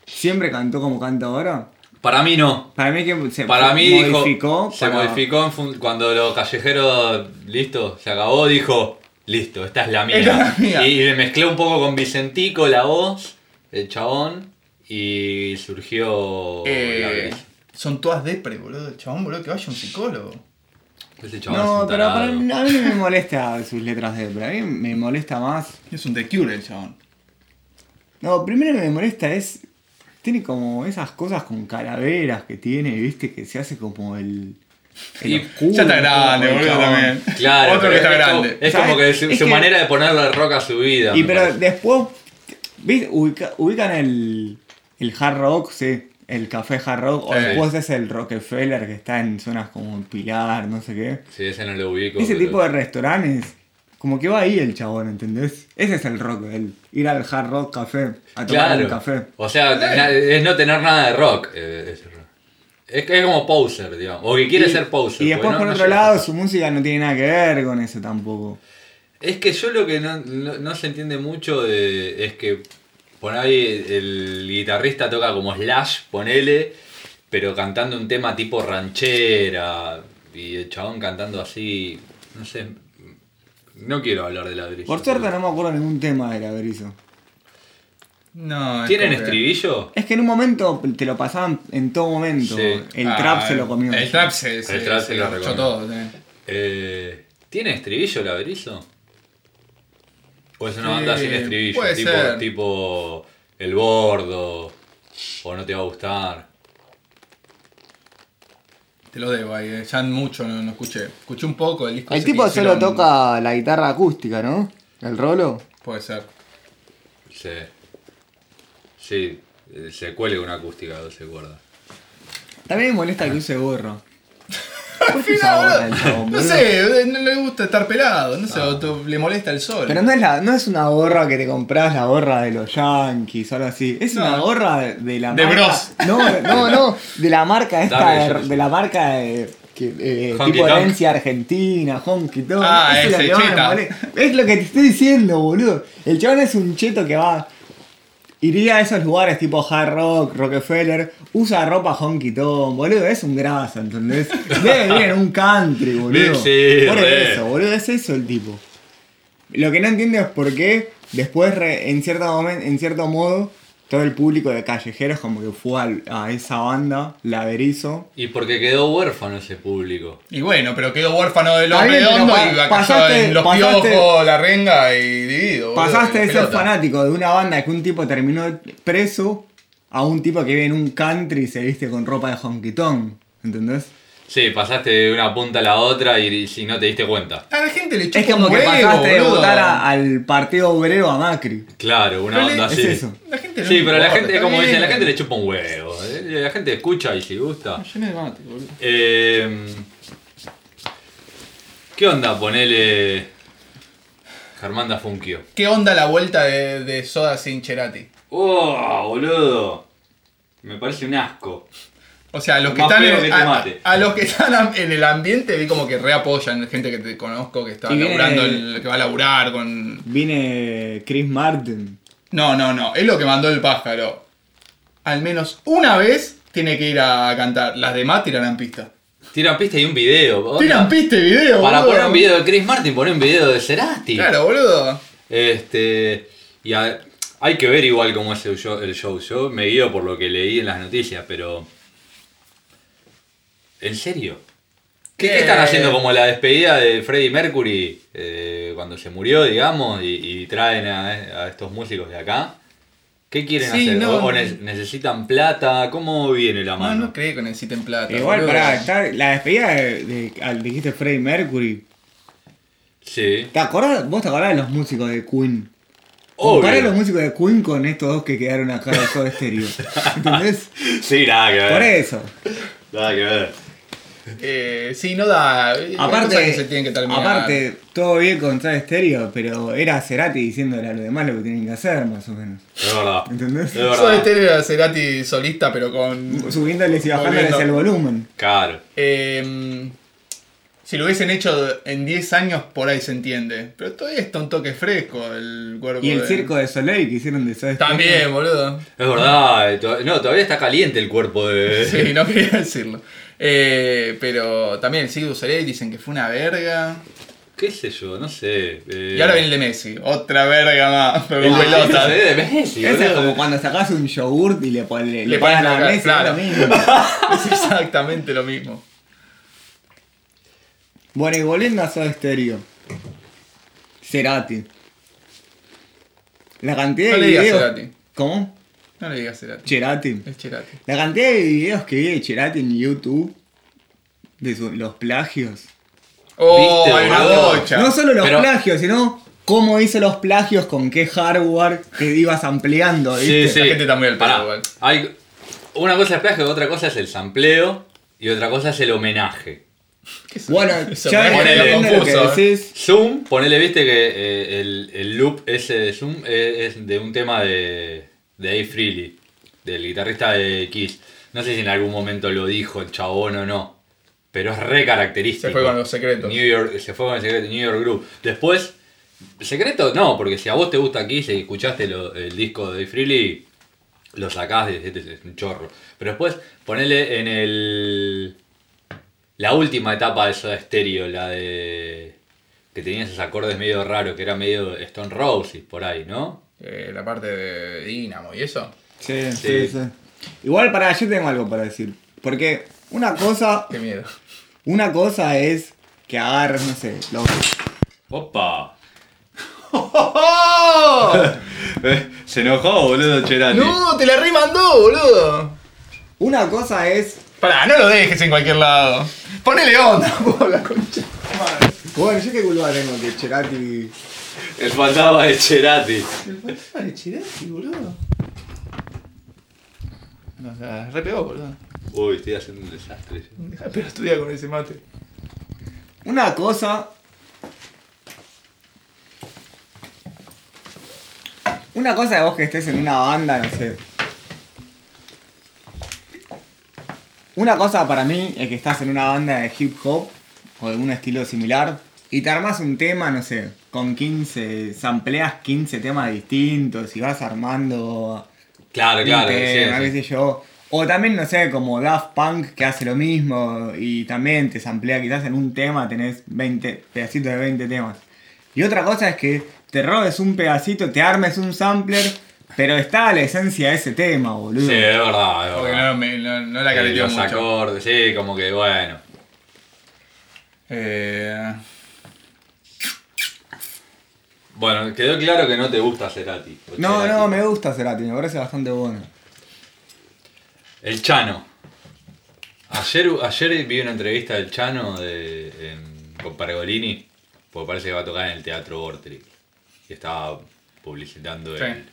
¿Siempre cantó como canta ahora? Para mí no. Para mí que se Para mí dijo, modificó. se para- modificó en fun- cuando los callejeros, listo, se acabó, dijo, listo, esta es la mía. Esta es la mía. Y le mezclé un poco con Vicentico la voz, el chabón, y surgió... Oh, la Eh, brisa. son todas depre, boludo. El chabón, boludo, que vaya un psicólogo. Ese chabón es No, un pero para- a tarado. mí no me molesta sus letras de. Pero a mí me molesta más. Es un The Cure el chabón. No, primero me molesta es. Tiene como esas cosas con calaveras que tiene, viste, que se hace como el. el Y oscuro, ya está como grande, el boludo, chabón. también. Claro, Otro pero que está es como- grande. Es ¿Sabes? como que su, Es su que- manera de ponerle rock a su vida. Y me pero parece. después, ¿viste? Ubica- ubican el, el hard rock, sí, el café hard rock, o Sí. después es el Rockefeller que está en zonas como Pilar, no sé qué. Sí, ese no lo ubico. Ese pero- tipo de restaurantes, como que va ahí el chabón, ¿entendés? Ese es el rock, el ir al hard rock café, a tomar Claro. un café. O sea, na- es no tener nada de rock. eh, es, es que es como poser, digamos. O que quiere Y- ser poser. porque Y después no- por no otro llega. lado, su música no tiene nada que ver con eso tampoco. Es que yo lo que no, no- no se entiende mucho de- es que por ahí el guitarrista toca como slash, ponele, pero cantando un tema tipo ranchera y el chabón cantando así, no sé. No quiero hablar de la brisa. Por suerte no me acuerdo ningún tema de la Berizo. No, es ¿Tienen como que- estribillo? Es que en un momento te lo pasaban en todo momento. Sí. El Ah, trap se lo comió. El trap se, se, trap se se lo lo arrochó recomiendo. todo. sí. Eh, ¿Tiene estribillo el averizo? O es una Sí, banda sin estribillo, Eh, puede tipo, ser. tipo El Bordo, o No Te Va a Gustar. Te lo debo ahí, eh. ya mucho no, no escuché. Escuché un poco el disco. El ese tipo que solo hicieron- toca la guitarra acústica, ¿no? El rolo. Puede ser. Sí, sí eh, se cuelga una acústica de 12 cuerdas. También me molesta que use gorro. ¿Por Sí, qué usa no, gorra boludo, el chabón, no Oh, boludo? Ah. sé, eh, no le gusta estar pelado, no sé, o te- le molesta el sol. Pero no es, la, no es una gorra que te compras la gorra de los Yankees o algo así. Es No. una gorra de, de la De marca. Bros. No, no, no. De la marca esta, Dame, de, yo- de la marca de. Que, eh, Honky tipo Tonk. herencia argentina, honky tonk. Ah, Eso ese lo que más me cheta. molesta. Es lo que te estoy diciendo, boludo. El chabón es un cheto que va. Iría a esos lugares tipo hard rock, Rockefeller, usa ropa honky tonk, boludo, es un grasa, ¿entendés? Debe vivir en un country, boludo. Sí, Por re. eso, boludo, es eso el tipo. Lo que no entiendo es por qué después, re- en, cierto momen- en cierto modo, todo el público de callejeros como que fue al- a esa banda, la Berizo. Y porque quedó huérfano ese público. Y bueno, pero quedó huérfano del hombre Está bien, redondo pero y pa- cayó pasaste- en los pasaste- piojos, la renga y dividido. boludo, Pasaste de ser pelota. fanático de una banda que un tipo terminó preso a un tipo que vive en un country y se viste con ropa de honky tonk, ¿entendés? Sí, pasaste de una punta a la otra y, y si no te diste cuenta. A la gente le chupa Es como un que huevo, pasaste de boludo. votar a- al Partido Obrero a Macri. Claro, una Pero le- onda es así. eso. La gente no Sí, le pero la importa, gente, está como bien. Ah, dicen, la gente le chupa un huevo. eh, La gente escucha y si gusta. Llené de mate, boludo. Eh, ¿Qué onda? Ponele. Germán da Funkio. ¿Qué onda la vuelta de, de Soda sin Cerati? ¡Oh, boludo! Me parece un asco. O sea, a los que Más están feo en, que este a- tomate. a los que están am- en el ambiente vi como que reapoyan gente que te conozco que está Y viene- laburando el- que va a laburar con Viene Chris Martin. No, no, no, es lo que mandó el pájaro. al menos una vez tiene que ir a cantar. Las demás tirarán pista. Tiran pista y un video. onda. Tiran pista y video, Para boludo. poner un video de Chris Martin, poner un video de Cerati. Claro, boludo. Este, y a- hay que ver igual cómo es el show, el show. Yo me guío por lo que leí en las noticias, pero. ¿En serio? ¿Qué, qué están Eh. haciendo como la despedida de Freddie Mercury eh, cuando se murió, digamos, y, y traen a, a estos músicos de acá? ¿Qué quieren Sí, hacer? no, ¿O- o no. ne- necesitan plata? ¿Cómo viene la No, mano? no creo que necesiten plata. Igual, boludo. pará, está- la despedida de, de- al- dijiste Freddie Mercury. Sí. ¿Te acordás? ¿Vos te acordás de los músicos de Queen? Compará los Obvio. músicos de Queen con estos dos que quedaron acá de Soda Stereo. ¿Entendés? Sí, nada que ver. Por eso. Nada que ver. Eh, sí, no da. eh, Aparte, cosas que se tienen que terminar. aparte, todo bien con Soda Stereo, pero era Cerati diciéndole a los demás lo que tienen que hacer, más o menos. Es verdad. ¿Entendés? Es Soda verdad. Stereo era Cerati solista, pero con. Subiéndoles y bajándoles Volviendo. el volumen. Claro. eh, si lo hubiesen hecho en 10 años, por ahí se entiende. Pero todavía está un toque fresco el cuerpo. Y el de- circo de Soleil que hicieron de Soda Stereo. También, boludo. Es verdad, eh, to- no, todavía está caliente el cuerpo de. Sí, no quería decirlo. Eh, pero también el Sigurd Soleil dicen que fue una verga. ¿Qué sé yo? No sé. eh. Y ahora viene el de Messi. Otra verga más. Pero con El de- pelota. el de Messi, Eso es boludo. como cuando sacás un yogurt y le, pon- le, Le le pones pones la la- mesa, claro. es lo mismo. Es exactamente lo mismo. Bueno, y volviendo a Soda Stereo. Cerati. La cantidad No de le digas videos. Cerati. ¿Cómo? No le digas Cerati. Cerati. Es Cerati. La cantidad de videos que vi de Cerati en YouTube. De su- los plagios. Oh, ¿Viste, hay una boludo? bocha. No solo los Pero- plagios, sino cómo hizo los plagios, con qué hardware te ibas ampliando. Sí, ¿viste? sí. La gente está muy al pedo Pará, igual. Hay... Una cosa es plagio, otra cosa es el sampleo y otra cosa es el homenaje. ¿Qué es eso? Bueno, Eso ya me pone depende de lo que confuso, ¿eh? decís. Zoom, ponele, viste que eh, el, el loop ese de Zoom eh, es de un tema de, de Dave Freely, del guitarrista de Kiss. No sé si en algún momento lo dijo el chabón o no, pero es re característico. Se fue con los secretos. New York, se fue con el secreto New York Group. Después, secreto no, porque si a vos te gusta Kiss y escuchaste lo- el disco de Dave Freely, lo sacás de este es un chorro. Pero después, ponele en el. La última etapa de Soda Stereo, la de. que tenía esos acordes medio raros, que era medio Stone Roses por ahí, ¿no? Eh, la parte de Dinamo y eso. Sí, Sí. sí, sí. Igual para yo tengo algo para decir. Porque una cosa, Qué miedo. una cosa es que agarres, no sé, los- ¡Opa! Eh, Se enojó, boludo, Cherati. ¡Oh! ¡No! ¡Te la remandó, boludo! una cosa es. Pará, no lo dejes en cualquier lado. Ponele onda, por la concha. Bueno, yo qué culpa tengo que Cherati. El fantasma de Cherati. El fantasma de Chirati, boludo. Nos la repegó, boludo. Uy, estoy haciendo un desastre. Dejá de estudiar con ese mate. Una cosa. Una cosa es vos que estés en una banda, no sé. Una cosa para mí es que estás en una banda de hip hop o de un estilo similar y te armas un tema, no sé, con 15, sampleas 15 temas distintos y vas armando Claro, claro. un tema, sí, qué sí. sé yo. O también, no sé, como Daft Punk que hace lo mismo y también te samplea quizás en un tema, tenés 20 pedacitos de 20 temas. Y otra cosa es que te robes un pedacito, te armes un sampler, pero está la esencia de ese tema, boludo. Sí, eh, es verdad, es Porque verdad. no, me- no- no la Eh, careteó los mucho. acordes, sí, como que bueno. Eh, Bueno, quedó claro que no te gusta Cerati. o No, Cerati. no, me gusta Cerati, me parece bastante bueno. El Chano. Ayer, ayer vi una entrevista del Chano de, en- con Pergolini, porque parece que va a tocar en el Teatro Ortri. Y estaba publicitando Sí. el...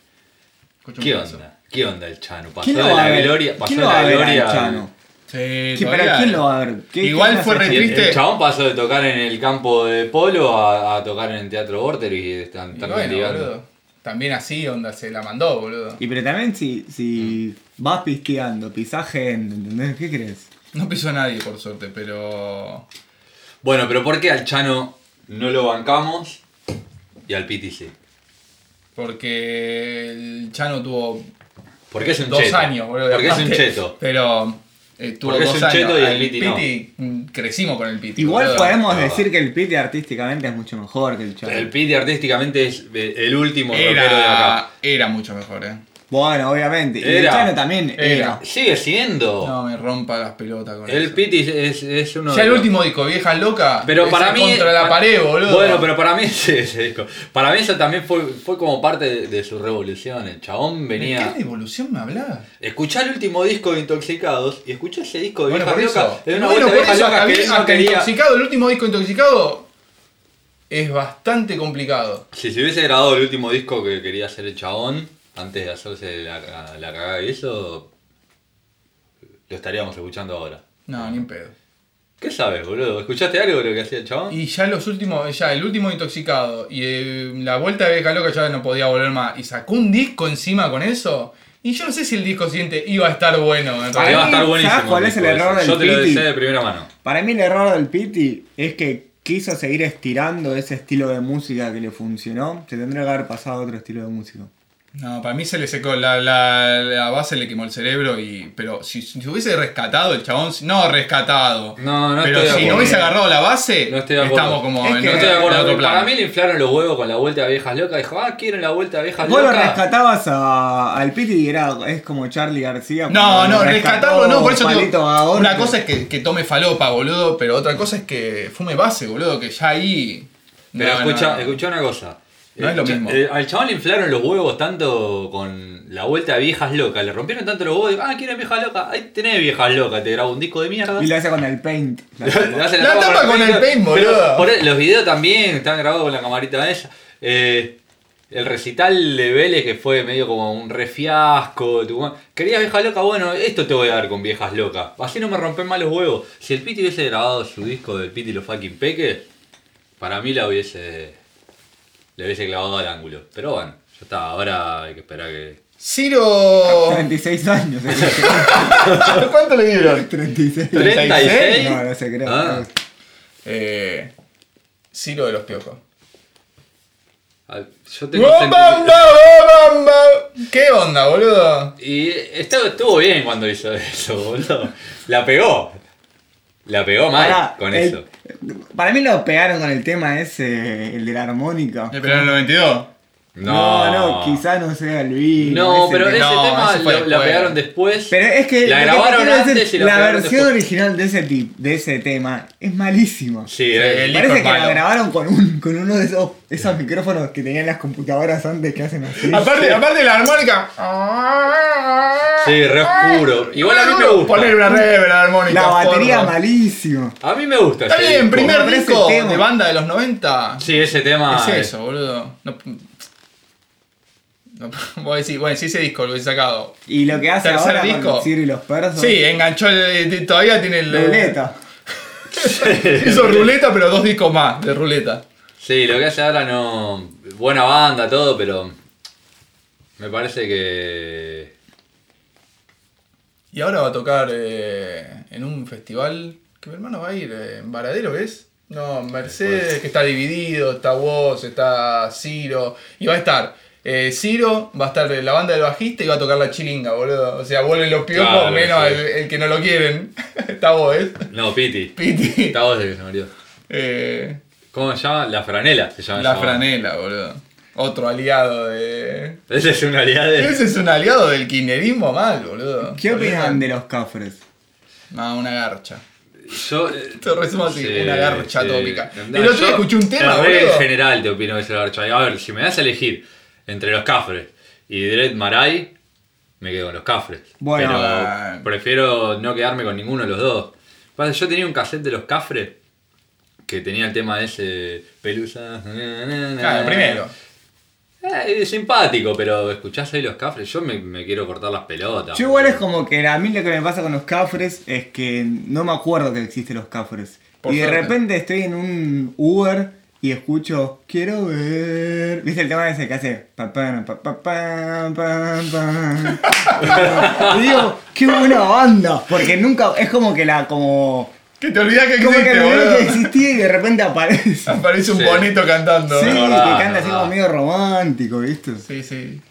escucho un ¿Qué paso. onda? ¿Qué onda el Chano? Pasó ¿Quién de lo va la a ver? gloria... Pasó ¿Quién de lo va a la ver al gloria... al- Chano? Sí, Sí, todavía- ¿Para quién lo va a ver? ¿Qué- Igual quién fue hace re El, Cerati? el Triste. chabón pasó de tocar en el campo de polo a, a tocar en el Teatro Ortri y están, Y están bueno, ligando. boludo. También así, onda, se la mandó, boludo. Y pero también si, si vas pisteando, pisás gente, ¿entendés? ¿Qué crees? No pisó a nadie, por suerte, pero... Bueno, pero ¿por qué al Chano no lo bancamos y al Piti sí? Porque el Chano tuvo Porque es un dos cheto. años, boludo. Porque es un aparte. cheto. Pero eh, tuvo Porque es dos un años. cheto y el Al Piti no. mm, crecimos con el Piti. Igual boludo. podemos no. decir que el Piti artísticamente es mucho mejor que el Chavo. El Piti artísticamente es eh, el último rockero de acá. Era, era mucho mejor, eh. Bueno, obviamente. Y el Era. Chano también era. Era. Sigue siendo. No me rompa las pelotas con Oh. el eso. Piti es, es uno de Ya el los- último disco, Vieja Loca. Pero esa para mí. Contra la pa- pared, boludo. Bueno, pero para mí ese, ese disco. Para mí eso también fue, fue como parte de, de su revolución. El chabón ¿De venía. ¿Qué evolución me hablaba? Escuchá el último disco de Intoxicados y escuchá ese disco de Bueno, Vieja por eso. Loca. De una bueno, vuelta por de eso, Vieja hasta, Loca que él hasta no quería. Intoxicado, el último disco Intoxicado es bastante complicado. Si se hubiese grabado el último disco que quería hacer el chabón antes de hacerse la, la cagada y eso. Lo estaríamos escuchando ahora. No, ni un pedo. ¿Qué sabes, boludo? ¿Escuchaste algo de lo que hacía el chabón? Y ya los últimos, ya el último Intoxicado y eh, la vuelta de Beca Loca ya no podía volver más. Y sacó un disco encima con eso. Y yo no sé si el disco siguiente iba a estar bueno. me Ahí parece. va a estar ¿Sabes buenísimo. cuál es disco el error ese. Yo del te lo Piti? decía de primera mano. Para mí el error del Piti es que quiso seguir estirando ese estilo de música que le funcionó. Se tendría que haber pasado a otro estilo de música. No, para mí se le secó, la, la, la base le quemó el cerebro y... Pero si, si hubiese rescatado el chabón, si- no rescatado. No, no Pero estoy de si acuerdo. no hubiese agarrado la base, No estoy de acuerdo. estamos como Es en que No otro- estoy de en acuerdo. otro plano. Para mí le inflaron los huevos con la vuelta a viejas locas. Dijo, ah, quieren la vuelta a viejas Vos lo locas. rescatabas a- al Piti y era, es como Charlie García. No, cuando no, rescató rescatarlo no, por eso te digo, Palito Gagorta. Una cosa es que, que tome falopa, boludo, pero otra cosa es que fume base, boludo, que ya ahí. Pero No, no, escucha, no. escucha una cosa. Eh, No es lo cha- mismo. al chabón le inflaron los huevos tanto con la vuelta a viejas locas. Le rompieron tanto los huevos. dijo, Ah, quieren viejas locas. Ahí tenés viejas locas. Te grabo un disco de mierda. Y lo hace con el paint. la Le tapa. hacen La tapa con el paint, pero- boludo. por el- los videos también están grabados con la camarita esa. Eh, el recital de Vélez que fue medio como un refiasco. Querías viejas locas, bueno, esto te voy a dar con viejas locas. Así no me rompen más los huevos. Si el Piti hubiese grabado su disco del Piti y los fucking peques, para mí la hubiese. Le hubiese clavado al ángulo. Pero bueno, ya está, ahora hay que esperar que. Ciro. 36 años. ¿Cuánto le dieron? 36. 36. No, no se creo. Ah. Eh, Ciro de los piojos. Al- Yo tengo ¡Bom, bom, bom, sentimiento- bom, bom! ¿Qué onda, boludo? Y esto estuvo bien cuando hizo eso, boludo. La pegó. La pegó mal Pará, con el- eso. Para mí lo pegaron con el tema ese, el de la armónica. ¿Pero en el 92? No, no, quizá no sea el vídeo. No, ese pero tema. ese no, tema ese fue lo- la después. pegaron después. Pero es que La lo que te grabaron quiero decir, antes y la la pegaron versión después. original de ese tip, de ese tema es malísima. Sí, el- eh, Parece que hijo es la malo. grabaron con un con uno de esos, esos micrófonos que tenían las computadoras antes que hacen así. Ah, Aparte, aparte de la armónica. sí, re oscuro. Igual a mí me Poner gusta. una reverb a la armónica. la batería forro. malísima. A mí me gusta. Está ese bien, disco. primer Pero ese disco tema- de banda de los 90. Sí, ese tema. es eso, boludo. No, no, vos decís, bueno, si ese disco lo hubiese sacado. Y lo que hace Tercer ahora disco. con Ciro y los perros. Sí, enganchó el. eh, Todavía tiene el. eh, Ruleta. Hizo ruleta, pero dos discos más de ruleta. Sí, lo que hace ahora no. Buena banda, todo, pero. Me parece que. Y ahora va a tocar eh, en un festival que mi hermano va a ir, eh, en Varadero, ¿ves? No, Mercedes, que está dividido, está vos, está Ciro. Y va a estar eh, Ciro, va a estar eh, la banda del bajista y va a tocar la chilinga, boludo. O sea, vuelven los piojos, Claro, menos sí. el, el que no lo quieren. está vos, ¿ves? No, Piti. Piti. Esta voz de que se murió. Eh, ¿Cómo se llama? La franela se llama. la esa banda. franela, boludo. Otro aliado de. Esa es una realidad de. Ese es un aliado del kirchnerismo mal, boludo. ¿Qué opinan Boludo. de los cafres? No, una garcha. Yo. eh, Te resumo así, sí, una garcha sí. tópica. No, El otro yo día escuché un tema, en re boludo. general te opino que es la garcha. A ver, si me das a elegir entre los cafres y Dread Marai, me quedo con los cafres. Bueno, Pero ah. prefiero no quedarme con ninguno de los dos. Pasa, Yo tenía un cassette de los cafres que tenía el tema de ese pelusa. Claro, primero. Eh, simpático, pero escuchás ahí los cafres, yo me, me quiero cortar las pelotas. Yo igual es como que a mí lo que me pasa con los cafres es que no me acuerdo que existen los cafres. Por y de suerte. repente estoy en un Uber y escucho Quiero ver. ¿Viste el tema ese que hace? Pa, pa, pa, pa, pa, pa, pa? y digo, qué buena banda. Porque nunca. Es como que la como. Que te olvidás que Como que existe, no boludo. que existía y de repente aparece. Sí, Aparece un Sí. bonito cantando. que verdad, canta es así verdad. como medio romántico, ¿viste? sí. sí.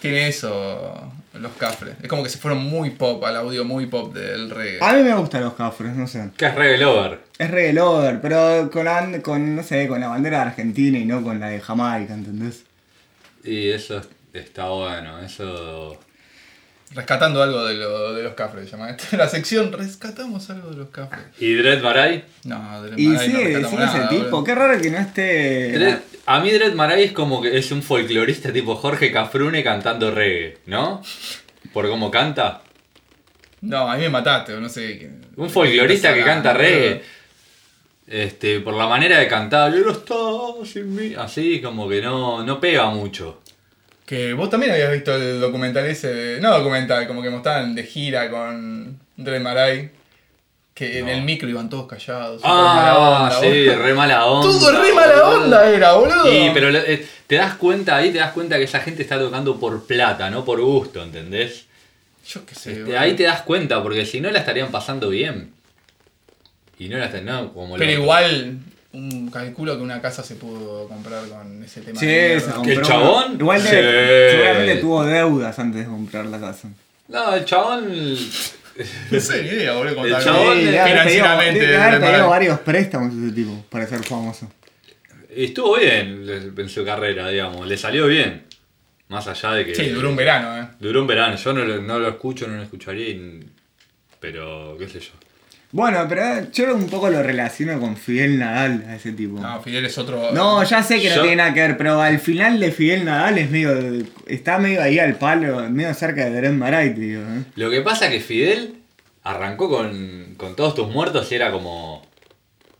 Tiene eso. Los cafres. Es como que se fueron muy pop, al audio muy pop del reggae. A mí me gustan los cafres, no sé. Que es Rebel Lover. Es reggae lover, pero con, an- con, no sé, con la bandera de Argentina y no con la de Jamaica, ¿entendés? Y eso está bueno, eso. Rescatando algo de, lo- de los cafres, se llama esto. La sección rescatamos algo de los cafres. ¿Y Dread Marai? No, de Y Maray no sigue, rescatamos sigue ese nada, tipo. boludo. Qué raro que no Eh, esté. Dread- a mí Dread Marai es como que es un folclorista tipo Jorge Cafrune cantando reggae, ¿no? Por cómo canta. No, a mí me mataste, no sé quién. Un folclorista que Nada, canta boludo. reggae. Este, por la manera de cantar, yo no estaba sin mí. Así como que no, no pega mucho. Que vos también habías visto el documental ese, de- no documental, como que mostraban de gira con Dre Maray, que en No. el micro iban todos callados. súper mala Ah, onda, sí, boludo. re mala onda. Todo re mala boludo. onda era, boludo. Y, pero lo- eh, te das cuenta ahí, te das cuenta que esa gente está tocando por plata, no por gusto, ¿entendés? Yo qué sé, Este, boludo. ahí te das cuenta, porque si no la estarían pasando bien. Y no la estarían, no, como lo- Pero igual, un, calculo que una casa se pudo comprar con ese tema. Sí, de mierda. se compró. ¿Que el chabón? Igual de- Sí. seguramente tuvo deudas antes de comprar la casa. No, el chabón. No sé, ni idea, boludo, cómo El tal- chabón Sí, de- debe haber pedido- financieramente, debe haber Dre pedido Maray. varios préstamos ese tipo para ser famoso. Estuvo bien le- en su carrera, digamos. Le salió bien. Más allá de que. Sí, duró un verano, eh. Duró un verano. Yo no lo, no lo escucho, no lo escucharía. y- Pero, qué sé yo. Bueno, pero yo un poco lo relaciono con Fidel Nadal a ese tipo. No, No, Fidel es otro. ya sé que no Yo- tiene nada que ver, pero al final de Fidel Nadal es medio. Está medio ahí al palo, medio cerca de Dren Maray, tío. ¿eh? Lo que pasa que Fidel arrancó con, con todos tus muertos y era como.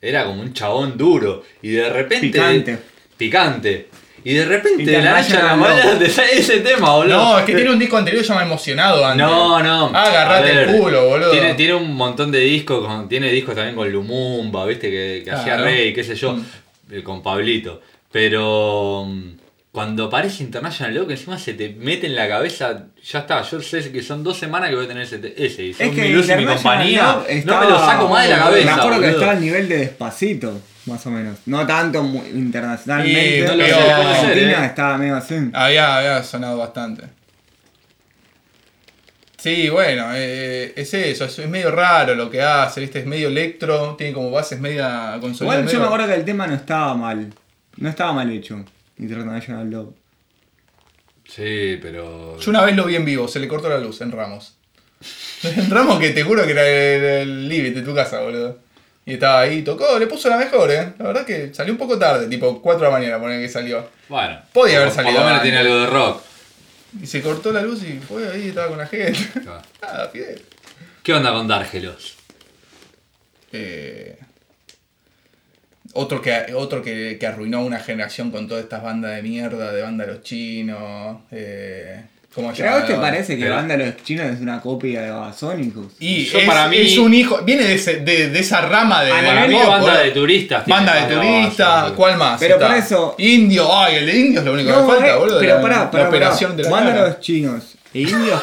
Era como un chabón duro. Y de repente. Picante. Picante. Y de repente de la noche a la International mañana Love. te sale ese tema, boludo. No, es que tiene un disco anterior llamado Emocionado antes. No, no. Ah, agarrate A ver, el culo, boludo. Tiene, tiene un montón de discos, con- tiene discos también con Lumumba, viste, que, que hacía Claro. Rey, qué sé yo, Mm. eh, con Pablito. Pero mm, cuando aparece International Love, que encima se te mete en la cabeza, ya está, yo sé que son dos semanas que voy a tener ese, te- ese y son mi luz y mi International compañía, Love no me lo estaba- saco más de la cabeza. Me acuerdo que boludo. estaba al nivel de despacito, más o menos. No tanto mu- internacionalmente, Y no lo pero sé, en puede ser, Argentina eh. estaba medio así. Había, había sonado bastante. Sí, bueno, eh, es eso, es, es medio raro lo que hace, ¿viste? es medio electro, tiene como bases media consolidada. Igual yo me medio- acuerdo que el tema no estaba mal. No estaba mal hecho. International Love. Sí, pero. Yo una vez lo vi en vivo, se le cortó la luz en Ramos. En Ramos que te juro que era el, el living de tu casa, boludo. Y estaba ahí, tocó, le puso la mejor, ¿eh? La verdad que salió un poco tarde, tipo 4 de la mañana, poner que salió. Bueno, Podía haber por- Por salido lo menos tiene antes. algo de rock. Y se cortó la luz y fue ahí, estaba con la gente. Nada, Fidel. ¿Qué onda con Dárgelos? Eh, otro que, otro que, que arruinó una generación con todas estas bandas de mierda, de banda de los chinos. Eh, ¿Cómo se ¿Pero a vos te llama? parece que Pero- Banda de los Chinos es una copia de Babasónicos? Y Yo es, para mí- es un hijo, viene de, ese- de- de esa rama de, Para del Para mí, rock, banda boludo. de turistas. tiene Banda de Pablo turistas, Basile. ¿cuál más? Pero Está. para eso- Indio, ay, el de indio es lo único que No, falta, eh, boludo. pero la, pará, la pará, operación pará. de la Banda de cara. los Chinos e indios.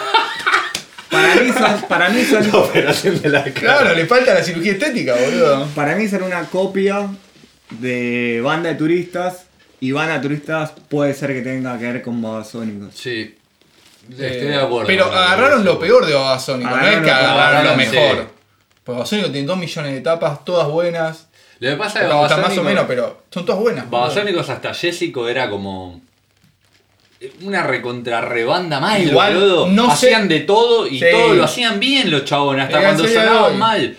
para mí son, para mí son, operación de la Claro, le falta la cirugía estética, boludo. para mí son una copia de Banda de Turistas. Y Banda de Turistas puede ser que tenga que ver con Babasónicos. Sí. Eh, Estoy de acuerdo. Pero con agarraron eso. lo peor de Babasónico, no es Agarraron que lo- agarraron lo agarraron, mejor. sí. Pues Babasónico tiene 2 millones de etapas, todas buenas. Lo que pasa es que Me gustan más o Babasónicos- menos, pero son todas buenas. boludo. Babasónicos hasta Jessico era como. Una recontrarrebanda mal, Igual, boludo. no sé- hacían de todo y Sí. Eh, todo lo hacían bien los chabones, hasta Era cuando serio, sonaban hoy. mal.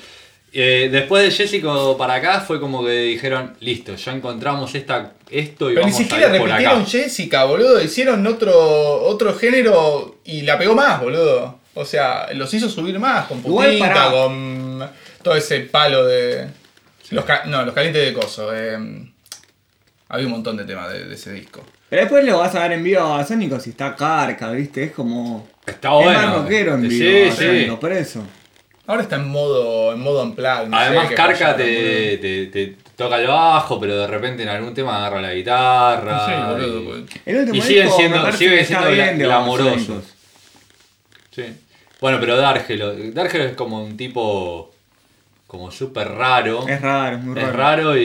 Eh, después de Jessico para acá fue como que dijeron, listo, ya encontramos esta, esto y Pero ni vamos siquiera a ir por acá. repitieron Jessica, boludo. Hicieron otro, otro género y la pegó más, boludo. O sea, los hizo subir más con Igual putita, pará. con todo ese palo de. Los ca- no, los calientes de coso. eh, había un montón de temas de, de ese disco. Pero después lo vas a ver en vivo a Babasónicos y está carca, ¿viste? Es como. Está Ah, bueno. Es más rockero en vivo. Sí, Babasónicos, sí. por eso. Ahora está en modo, en modo unplugged, no sé Además, qué Carca fallaron, te, te- te toca el bajo, pero de repente en algún tema agarra la guitarra. boludo. Sí, boludo. y- pues. boludo. El último Y siguen disco me siendo- parece siguen que está siendo gla- bien de glamurosos. Babasónicos. Sí. Bueno, pero Dárgelo. Dárgelo es como un tipo. como súper raro. Es raro, es muy Es raro. raro y.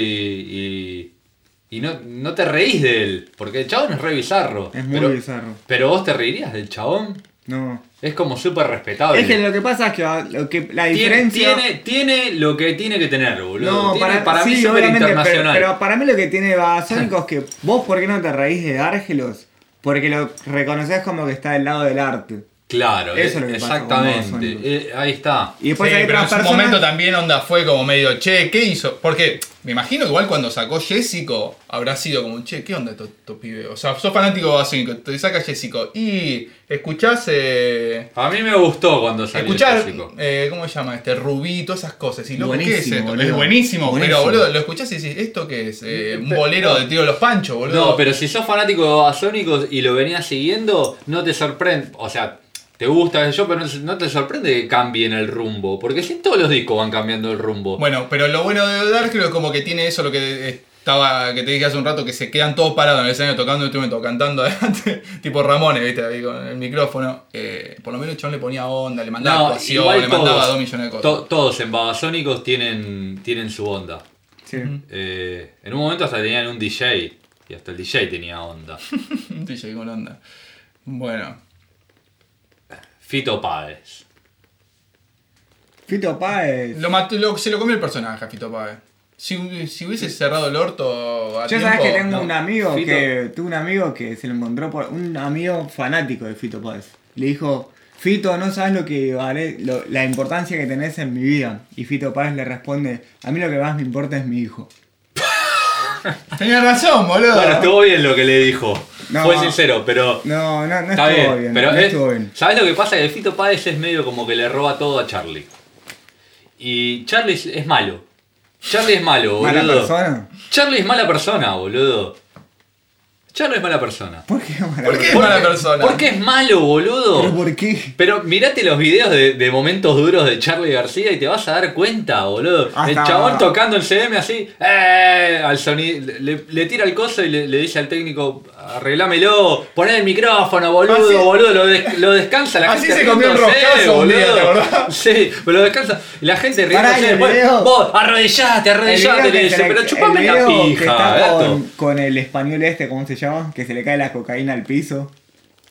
y, y no, no te reís de él. Porque el chabón es re bizarro. Es muy pero, bizarro. Pero vos te reirías del chabón. No. Es como súper respetable. Es que lo que pasa es que, ah, lo que la tiene, diferencia. tiene, tiene lo que tiene que tener, boludo. No, Tiene- para, mí sí, es súper obviamente, internacional. Pero, pero para mí lo que tiene Babasónicos es que vos, ¿por qué no te reís de Argelos? Porque lo reconoces como que está del lado del arte. claro, eh, Eso es lo que pasa con Babasónicos. exactamente. Eh, ahí está. Y después Sí, hay pero en otras su personas. momento también Onda fue como medio, che, ¿qué hizo? Porque me imagino que igual cuando sacó Jessico habrá sido como, che, ¿qué onda estos estos pibes? O sea, sos fanático de Babasónicos, te saca Jessico y escuchás, eh, A mí me gustó cuando salió este escuchás, el clásico. eh, ¿cómo se llama? Este Rubí, todas esas cosas. Y loco, ¿qué es Buenísimo, esto? boludo. Es buenísimo, Buenísimo. pero boludo, lo escuchás y decís, ¿esto qué es? Eh, un bolero de tiro de los panchos, boludo. No, pero si sos fanático de Babasónicos y lo venías siguiendo, no te sorprende. O sea, te gusta el show, pero no- no te sorprende que cambien el rumbo. Porque si todos los discos van cambiando el rumbo. Bueno, pero lo bueno de Dark creo como que tiene eso lo que estaba que te dije hace un rato que se quedan todos parados en el escenario tocando un instrumento, cantando adelante, tipo Ramones, viste, ahí con el micrófono. Eh, por lo menos el chabón le ponía onda, le mandaba No, actuación, igual le mandaba todos, dos millones de cosas. to- todos en Babasónicos tienen, tienen su onda. Sí. Eh, en un momento hasta tenían un DJ. Y hasta el DJ tenía onda. Un DJ con onda. Bueno. Fito Páez. Fito Páez. Lo mató- lo- se lo comió el personaje, Fito Páez. Si, si hubiese cerrado el orto a Yo tiempo, sabes que tengo no. un amigo Fito. que. Tuve un amigo que se lo encontró por. Un amigo fanático de Fito Páez. Le dijo. Fito, no sabes lo que vale, lo- la importancia que tenés en mi vida. Y Fito Páez le responde, a mí lo que más me importa es mi hijo. Tenía razón, boludo. Bueno, estuvo bien lo que le dijo. Ah. No. Fue sincero, pero. No, no, no Está estuvo bien, bien, pero no es- estuvo bien. ¿sabes lo que pasa? Que Fito Páez es medio como que le roba todo a Charlie. Y Charlie es, es malo. Charlie es malo, boludo. ¿Mala persona? Charlie es mala persona, boludo. Charlie es mala persona. ¿Por qué mala ¿Por qué es persona? mala persona? ¿Por qué es malo, boludo? ¿Pero por qué? Pero mirate los videos de, de momentos duros de Charlie García y te vas a dar cuenta, boludo. El Hasta- chabón tocando el CM así, ¡eh! al sonido, le, le tira el coso y le, le dice al técnico, arreglámelo, poné el micrófono, Ah, boludo, Así- boludo, lo, des- lo descansa la Así gente. se comió un riéndose, roscazo un día, ¿te acordás? Sí, pero lo descansa. Y la gente Pará, riéndose ¿y el después, video? vos, arrodillate, El video arrodillate, que le dice, se le- pero el chupame la video que pija, está gato. Con, con el español este, ¿cómo se llama? Que se le cae la cocaína al piso.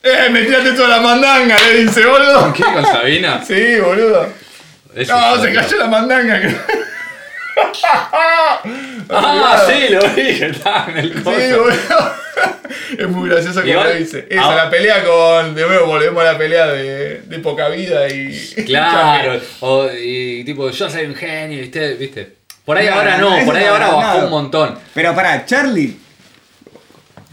¡Eh, me tiraste toda la mandanga! Le dice, boludo. ¿Qué con Sabina? Sí, boludo. Es No, un se joder. cayó la mandanga. Ah, sí, lo vi, estaba en el Sí, coso. boludo. Es muy gracioso como Igual- lo dice. Esa, Ah. la pelea con. De nuevo, volvemos a la pelea de, de poca vida y. Claro, o, y tipo, yo soy un genio, ¿viste? ¿Viste? Por ahí No, ahora no, no, eso por ahí no, ahora no, bajó no. un montón. Pero para Charlie.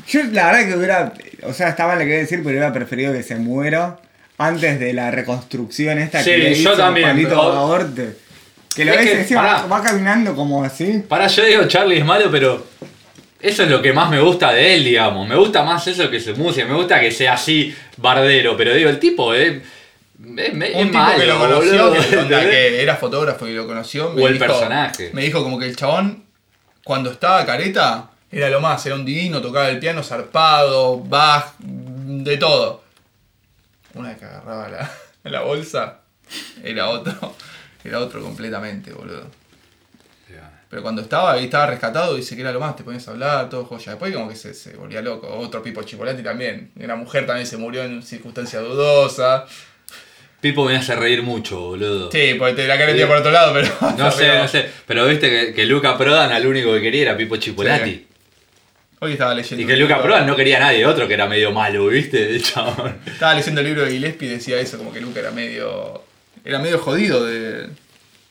Yo la verdad que hubiera. O sea, está mal lo que voy a decir, pero hubiera preferido que se muera antes de la reconstrucción esta Sí, que le yo hizo también, Juanito pero- Baorte. Que lo Es ves que, encima, pará. va caminando como así. Para yo digo, Charlie es malo, pero eso es lo que más me gusta de él, digamos. Me gusta más eso que su música, me gusta que sea así, bardero, pero digo, el tipo eh, es, es, es Un tipo malo, que lo conoció, boludo, que, onda, ¿entendés? que era fotógrafo y lo conoció. O el personaje. Me dijo como que el chabón, cuando estaba careta, era lo más, era un divino, tocaba el piano zarpado, Bach, de todo. Una vez que agarraba la, la bolsa, era otro. Era otro completamente, boludo. Pero cuando estaba ahí, estaba rescatado, dice que era lo más, te ponías a hablar, todo joya. Después como que se, se volvía loco. Otro Pipo Chipolati también. Una mujer también se murió en circunstancias dudosas. Pipo me hace reír mucho, boludo. Sí, porque te la caretía por otro lado, pero... Eh, No sé, no sé, pero viste que, que Luca Prodan al único que quería era Pipo Chipolati. Sí. Hoy estaba leyendo... Y un que Luca libro- Prodan no quería a nadie, otro que era medio malo, ¿viste? El chabón. Estaba leyendo el libro de Gillespie y decía eso, como que Luca era medio... Era medio jodido de,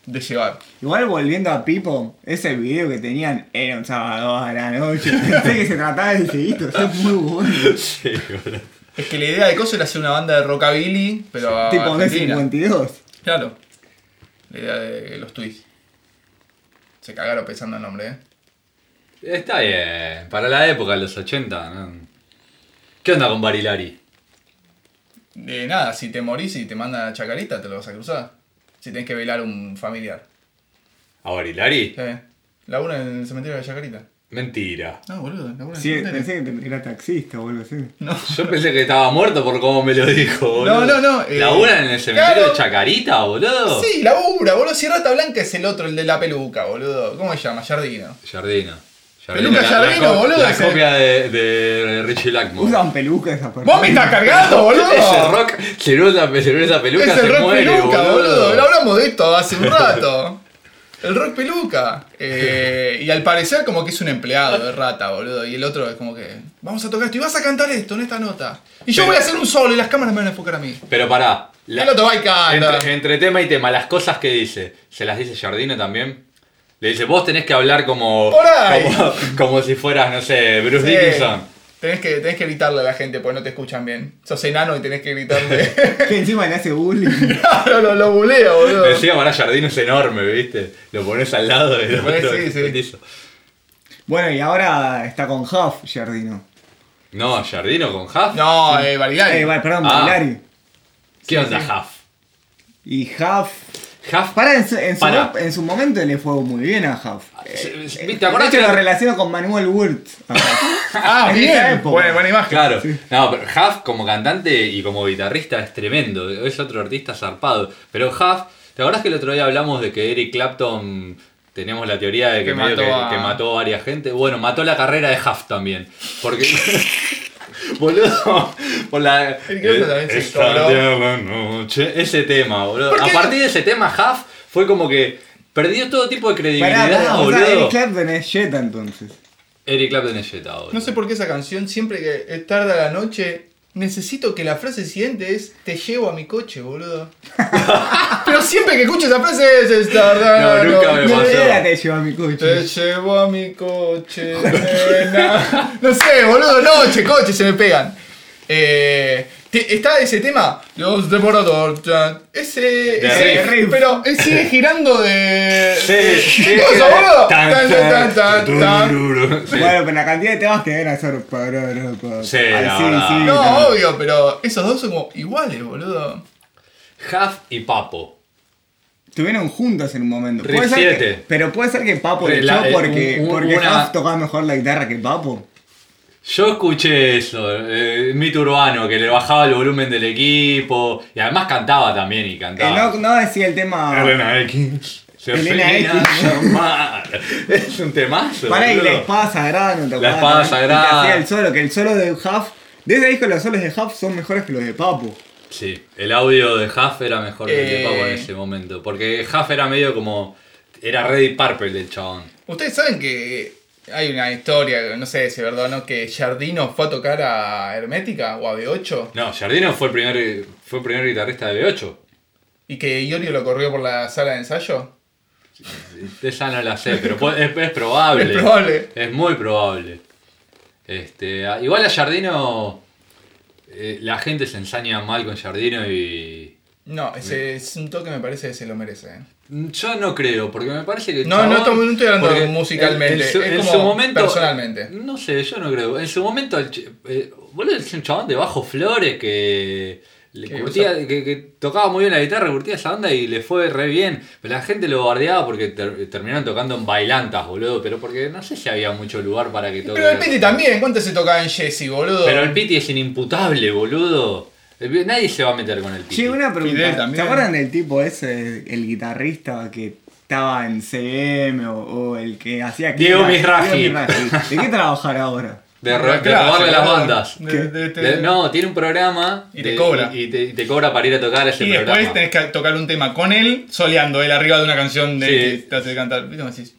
de llevar. Igual volviendo a Pipo, ese video que tenían era un sábado a la noche. Pensé que se trataba de seguito, es muy bueno. Sí, boludo. Es que la idea de Coso era hacer una banda de rockabilly, pero Ah, a tipo argentina. B52. Claro. La idea de los twists. Se cagaron pensando el nombre, ¿eh? Está bien, para la época, los 80. ¿no? ¿Qué onda con Barilari? Eh, nada, si te morís y te mandan a Chacarita, te lo vas a cruzar. Si tenés que velar un familiar. ¿A Barilari? Eh, Labura en el cementerio de Chacarita. Mentira. No, boludo, labura en el Sí, cementerio. pensé que era taxista o algo así. No. Yo pensé que estaba muerto por cómo me lo dijo, boludo. no, no, eh, ¿Laburan en el cementerio claro. de Chacarita, boludo? Sí, labura, boludo. Si Rata Blanca es el otro, el de la peluca, boludo. ¿Cómo se llama? Jardino. Jardino. la- Peluca la Jardino, co- boludo, La ese. copia de, de Richie Blackmore. Usan peluca esa persona. ¡Vos me estás cargando, boludo! Ese rock, se ve esa, se ve esa peluca, Es se el rock muere, peluca, boludo. boludo. Lo hablamos de esto hace un rato. El rock peluca. Eh, y al parecer como que es un empleado de rata, boludo. Y el otro es como que, vamos a tocar esto y vas a cantar esto en esta nota. Y yo Pero- voy a hacer un solo y las cámaras me van a enfocar a mí. Pero pará. la- El otro va y canta. entre, entre tema y tema, las cosas que dice, ¿se las dice Jardino también? Le dice, vos tenés que hablar como. Por ahí. Como, como si fueras, no sé, Bruce Sí. Dickinson. Tenés que, tenés que gritarle a la gente porque no te escuchan bien. Sos enano y tenés que gritarle. Que encima le hace bullying. claro, lo, lo bulea, boludo. Decía, pará, Jardino es enorme, ¿viste? Lo pones al lado del Lo ponés, otro. sí, sí. petizo. Bueno, y ahora está con Huff, Jardino. No, Jardino con Huff. No, eh, Barilari. Eh, bueno, perdón, Ah. Barilari. ¿Qué onda, Huff? Y Huff. Huff. Pará, en su, en, su, Pará. Ah, en su momento le fue muy bien a Huff. Se- se- Eh, ¿Te acordás de que hecho, lo la- relaciono con Manuel Wirt. a Huff. Ah, En esa bien. época. Buena, buena imagen. Claro, no, pero Huff como cantante y como guitarrista es tremendo, es otro artista zarpado. Pero Huff, ¿te acordás que el otro día hablamos de que Eric Clapton tenemos la teoría de que, Que medio mató que- a- que mató a varias gente? Bueno, mató la carrera de Huff también. Porque. Boludo, por la. Eric Clapton también se Esta cobró. tierna noche. Ese tema, boludo. ¿Por A qué? partir de ese tema, Huff fue como que perdió todo tipo de credibilidad, Pará, pero, o sea, boludo. Eric Clapton es Jetta entonces. Eric Clapton es Jetta, boludo. No sé por qué esa canción, siempre que es tarde a la noche, necesito que la frase siguiente es te llevo a mi coche, boludo. Pero siempre que escucho esa frase es, es tarde a la No, nunca me noche. No pasó. era te lleva mi Te coche. llevo a mi coche, nena. No sé, boludo, noche, coche, se me pegan. Eh, te- está ese tema, Los Devorador. chan. Ese. De ese- riff. Pero ese girando de. Sí, de- sí, sí, de coso, sí. boludo. Tan, Tan, tan, tan, tan, tan, tan. turururu. Sí. Bueno, pero la cantidad de temas que deben hacer. Pará, pará, pará. Sí, Ay, la sí, verdad. sí, No, no. obvio, pero esos dos son como iguales, boludo. Huff y Papo. Estuvieron juntos en un momento. Riff Puede ser que- siete. pero puede ser que Papo le La- echó eh, porque, un- un- porque una- Huff tocaba mejor la guitarra que Papo. Yo escuché eso, eh, mito urbano, que le bajaba el volumen del equipo y además cantaba también y Eh, no, cantaba. no decía el tema. Elena X. Elena Josefina X. Germán. Es un temazo. Para y la boludo. espada sagrada no tocaba. La espada también. sagrada. Y te hacía el solo, que el solo de Huff. De ese disco los solos de Huff son mejores que los de Papo. Sí, el audio de Huff era mejor que el de Eh. Papo en ese momento. Porque Huff era medio como. Era Ready Purple el chabón. Ustedes saben que hay una historia, no sé si es verdad o no, que Jardino fue a tocar a Hermética o a B8 No, Jardino fue el primer, fue el primer guitarrista de B8. y que Iorio lo corrió por la sala de ensayo. Esa no la sé, pero po- es, es probable. Es probable. Es muy probable. Este, a- igual a Jardino. eh, la gente se ensaña mal con Jardino y. No, ese es un toque me parece que se lo merece. ¿eh? Yo no creo, porque me parece que. el No, no estamos- no estoy hablando porque musicalmente, es como personalmente. No sé, yo no creo. En su momento, el ch- eh, boludo, es un chabón de bajo flores que. le Que curtía- que, que tocaba muy bien la guitarra, curtía esa onda y le fue re bien. Pero la gente lo bardeaba porque ter- terminaron tocando en bailantas, boludo. Pero porque no sé si había mucho lugar para que toque. Pero el Piti también, ¿cuánto se tocaba en Jesse, boludo? Pero el Piti es inimputable, boludo. El- Nadie se va a meter con el Piti. Che, una Fidel pregunta. ¿Se también. acuerdan del tipo ese, el guitarrista que estaba en CM o, o el que hacía que Diego Mizrahi. ¿De qué trabajar ahora? De, ro- de Claro, robarle se las robaron. bandas. De- ¿Qué? de- de- De- no, tiene un programa. Y te de- cobra. Y, y te, y te cobra para ir a tocar ese Y después programa. tenés que tocar un tema con él, soleando él arriba de una canción de Sí. que te hace cantar. ¿Viste cómo decís?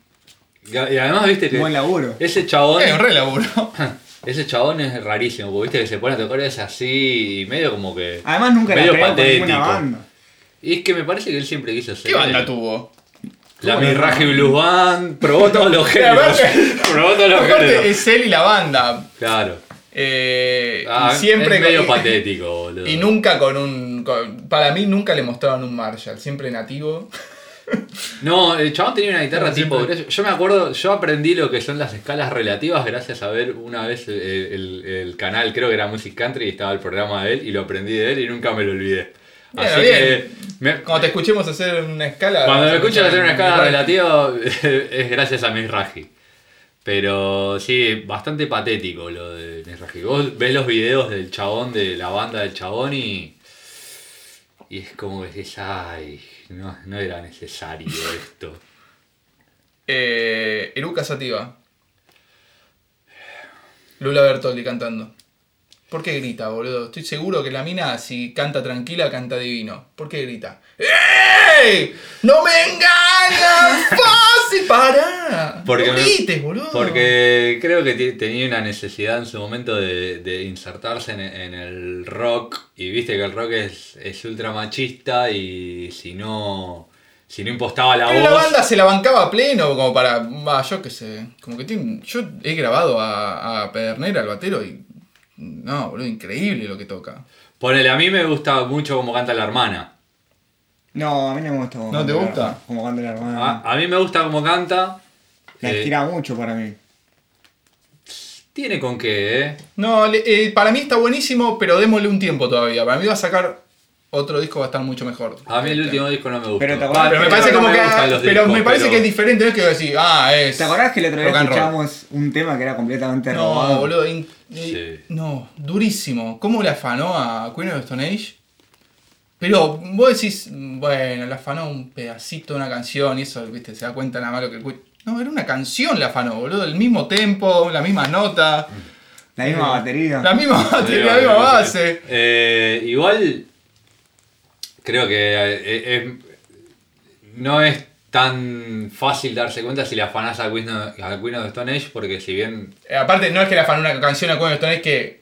Y a- y además, viste que. Buen laburo. Ese chabón. Es un re laburo. Ese chabón es rarísimo, porque viste que se pone a tocar es así y medio como que. Además nunca la medio pegaron con ninguna patético. banda. Y es que me parece que él siempre quiso ser. ¿Qué banda tuvo? La ¿Cómo no? Mirraji Blues Band. Probó todos los géneros. aparte- probó todos los Aparte, géneros. es él y la banda. Claro. Eh, Ah, y siempre es medio con- patético, boludo. Y nunca con un. con- para mí nunca le mostraron un Marshall, siempre nativo. No, el chabón tenía una guitarra Claro, tipo. siempre. Gretsch. Yo me acuerdo, yo aprendí lo que son las escalas relativas gracias a ver una vez el, el- el canal, creo que era Music Country, y estaba el programa de él, y lo aprendí de él y nunca me lo olvidé. Bueno, Así bien. que. me- Cuando te escuchemos hacer una escala. cuando me escuchas escuchas hacer una escala relativa, es gracias a Mizrahi. Pero sí, bastante patético lo de Mizrahi. Vos ves los videos del chabón, de la banda del chabón y. Y es como que decís, ay, no, no era necesario esto. Eh, Eruca Sativa. Lula Bertoldi cantando. ¿Por qué grita, boludo? Estoy seguro que la mina, si canta tranquila, canta divino. ¿Por qué grita? ¡Ey! ¡No me engañas! ¡Fácil! ¡Para! Porque no me- grites, boludo. Porque creo que ti- tenía una necesidad en su momento de, de insertarse en, en el rock. Y viste que el rock es, es ultra machista y si no. Si no impostaba la Pero voz. la banda se la bancaba a pleno, como para. va, yo qué sé. Como que tiene- yo he grabado a, a Pedernera, al batero, y. No, boludo, increíble lo que toca. Ponele, a mí me gusta mucho cómo canta la hermana. No, a mí no me gusta. como ¿No canta te la- gusta? Como cuando la Ah. hermana. A, a mí me gusta cómo canta. la Eh, estira mucho para mí. tiene con qué, ¿eh? No, le- eh, para mí está buenísimo, pero démosle un tiempo todavía. Para mí va a sacar otro disco, va a estar mucho mejor. A mí el último disco no me Ah, gusta. Pero te acordás- Pero me parece como que. Pero me parece que difícil. es diferente, no es que decir, ah, es. ¿Te acordás que el otro rock día and roll? escuchamos un tema que era completamente No, robado? boludo. in- eh, Sí. No, durísimo. ¿Cómo le afanó a Queen of the Stone Age? Pero vos decís, bueno, le afanó un pedacito de una canción y eso, viste, se da cuenta nada malo que el Queen- No, era una canción la afanó, boludo. El mismo tempo, la misma nota, Eh, La misma batería. la misma batería, la misma base. Eh, igual. Creo que eh, es- no es tan fácil darse cuenta si le afanás a Queen, of- a Queen of the Stone Age, porque si bien. Eh, Aparte, no es que le afanó una canción a Queen of the Stone Age que,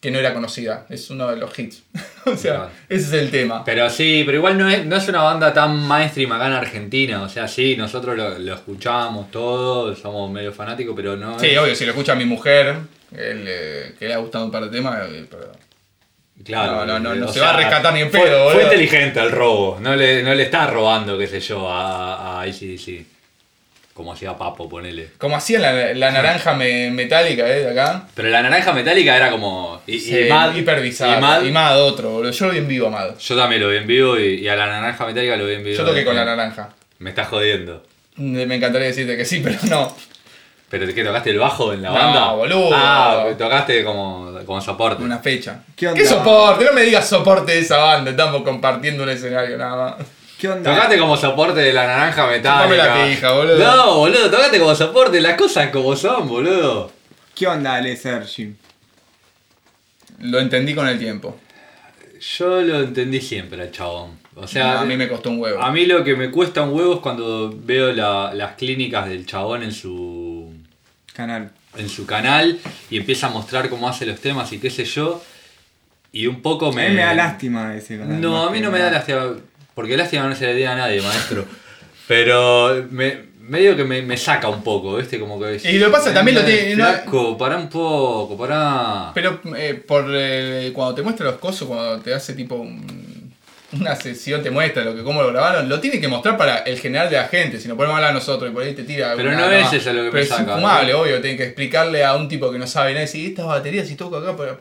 que no era conocida. Es uno de los hits. o sea, Claro. ese es el tema. Pero sí, pero igual no es, no es una banda tan mainstream acá en Argentina. O sea, sí, nosotros lo, lo escuchamos todo, somos medio fanáticos, pero no. Sí, es- obvio, si lo escucha mi mujer, él, eh, que le ha gustado un par de temas, eh, pero- Claro, No, no, no, eh, no o se va a rescatar ni en pedo, fue, fue boludo. inteligente el robo, no le, no le está robando, qué sé yo, a, a ACDC. Como hacía Papo, ponele. Como hacía la, la naranja me- metálica, ¿eh? De acá. Pero la naranja metálica era como. Y, y Sí, Mad- hiper bizarro. y Mad- Y Mad otro, boludo. Yo lo vi en vivo, Mad. Yo también lo vi en vivo y, y a la naranja metálica lo vi en vivo. Yo toqué con la Eh, naranja. Me estás jodiendo. Mm, Me encantaría decirte que sí, pero no. ¿Pero qué tocaste el bajo en la No, banda? boludo. Ah, tocaste como, como soporte. Una fecha. ¿Qué ¿Qué, onda? soporte? No me digas soporte de esa banda. Estamos compartiendo un escenario nada más. ¿Qué onda? Tocaste como soporte de la naranja metálica. la pija, boludo. No, boludo, tocaste como soporte, las cosas como son, boludo. ¿Qué onda, Le Sergi? Lo entendí con el tiempo. Yo lo entendí siempre al chabón. O sea, a mí me costó un huevo. a mí lo que me cuesta un huevo es cuando veo la- las clínicas del chabón en su Canal. en su canal y empieza a mostrar cómo hace los temas y qué sé yo. Y un poco me. A mí me da lástima ese canal. No, más a mí que no me da nada. lástima. Porque lástima no se le da a nadie, maestro. Pero me, medio que me, me saca un poco, ¿viste? Como que. Y lo que pasa, también lo tiene- no- Flaco, pará un poco, pará. Pero eh, por eh, cuando te muestra los cosos, cuando te hace tipo un- una sesión, te muestra lo que cómo lo grabaron, lo tiene que mostrar para el general de la gente, si no podemos hablar a nosotros y por ahí te tira. Pero alguna no es cama. eso lo que me Pero saca, Es infumable, obvio, tiene que explicarle a un tipo que no sabe nada y decir, estas baterías si toco acá, pero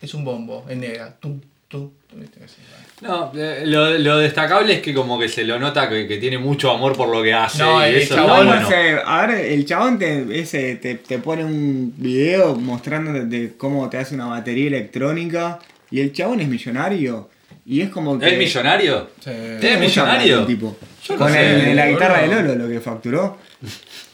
es un bombo, es negra. Tum, tum, tum, y te decís, "Bueno". No, eh, lo, lo destacable es que como que se lo nota que, que tiene mucho amor por lo que hace. No, y el eso chabón está Igual, Ah, bueno. no sé, a ver, el chabón te, ese, te, te pone un video mostrándote de cómo te hace una batería electrónica y el chabón es millonario y es como que... ¿Es millonario? Sí. ¿Es mucha plata millonario? el tipo. Yo no Con sé, el- la boludo. guitarra de Lolo lo que facturó.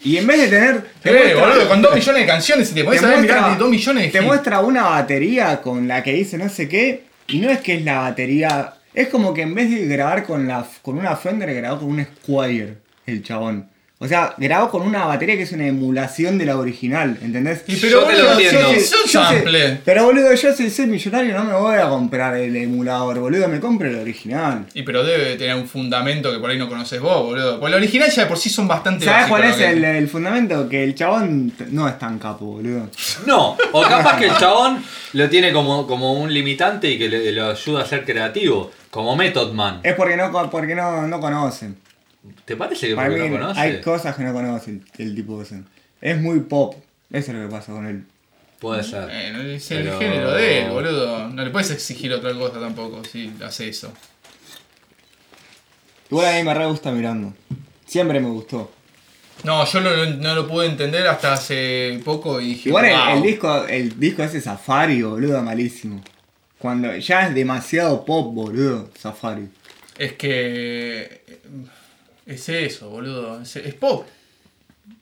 Y en vez de tener... te Eh, muestra- boludo, con dos millones de canciones, si te podés saber mirar de dos millones de te hits. muestra una batería con la que dice no sé qué y no es que es la batería es como que en vez de grabar con la con una Fender grabó con un Squire el chabón o sea grabó con una batería que es una emulación de la original ¿entendés? Y pero Yo te lo boludo, entiendo. si- Es si- Yo un sé- sample. pero boludo yo si soy millonario no me voy a comprar el emulador boludo me compro el original Y pero debe tener un fundamento que por ahí no conoces vos, boludo. Porque el original ya de por sí son bastante ¿Sabes básicos, cuál ¿no? es que- el, el fundamento? Que el chabón t- no es tan capo, boludo. No, o capaz que el chabón lo tiene como, como un limitante y que le- lo ayuda a ser creativo, como Method Man. Es porque no, co- porque no, no conocen. ¿Te parece que Para porque mí no conoce? hay cosas que no conoce el, el tipo ese. Es muy pop. Eso es lo que pasa con él. Puede ser. Bueno, Eh, es el Pero- género de él, boludo. No le puedes exigir otra cosa tampoco si hace eso. Igual a mí me re gusta mirando. Siempre me gustó. No, yo no, lo- no lo pude entender hasta hace poco y dije. Igual el, "Wow". el disco, el disco ese Safari, boludo, malísimo. Cuando ya es demasiado pop, boludo, Safari. Es que. eh, Es eso, boludo. Es, es pop.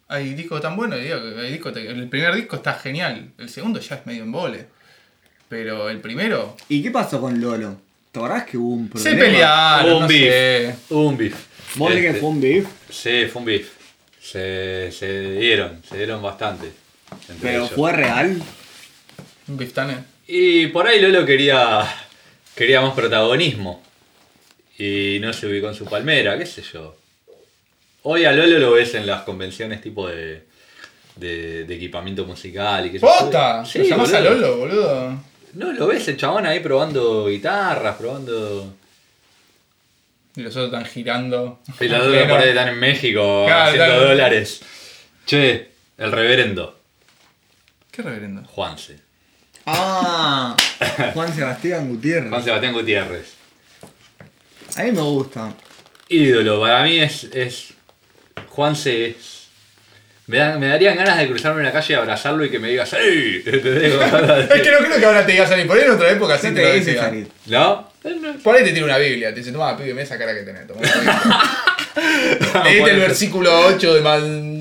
Hay discos tan buenos, y digo, que hay discos te- el primer disco está genial, el segundo ya es medio embole. Pero el primero. ¿Y qué pasó con Lolo? ¿Te acordás que hubo un Se problema? pelearon, un Ah, no beef. sé. Hubo un beef. ¿Vos de que Este, fue un beef? Sí, fue un beef. Se, se dieron, se dieron bastante. entre ¿Pero ellos. fue real? Un beef tan, eh. Y por ahí Lolo quería, quería más protagonismo. Y no se ubicó en su palmera, qué sé yo. Hoy a Lolo lo ves en las convenciones tipo de, de, de equipamiento musical y qué sé yo. ¡Posta! Sí, ¿Lo llamás a boludo. Lolo, boludo? No, lo ves el chabón ahí probando guitarras, probando... Y los otros están girando. Y los otros Pero- por ahí están en México Claro, haciendo claro. dólares. Che, el reverendo, ¿Qué reverendo? Juanse. Ah, Juan Sebastián Gutiérrez. Juan Sebastián Gutiérrez. A mí me gusta. ídolo, para mí es. es Juanse es. Me, dan- me darían ganas de cruzarme en la calle y abrazarlo y que me diga ¡Sí! ¿Entendés? Como ganas Es que de- no creo que ahora te diga salir. Por ahí en otra época sí No te lo te dice decía. salir. ¿No? No. Por ahí te tira una Biblia, te dice, toma, pibe, me esa cara que tenés. Toma, Leíste Puede el ser. versículo 8 de Ma-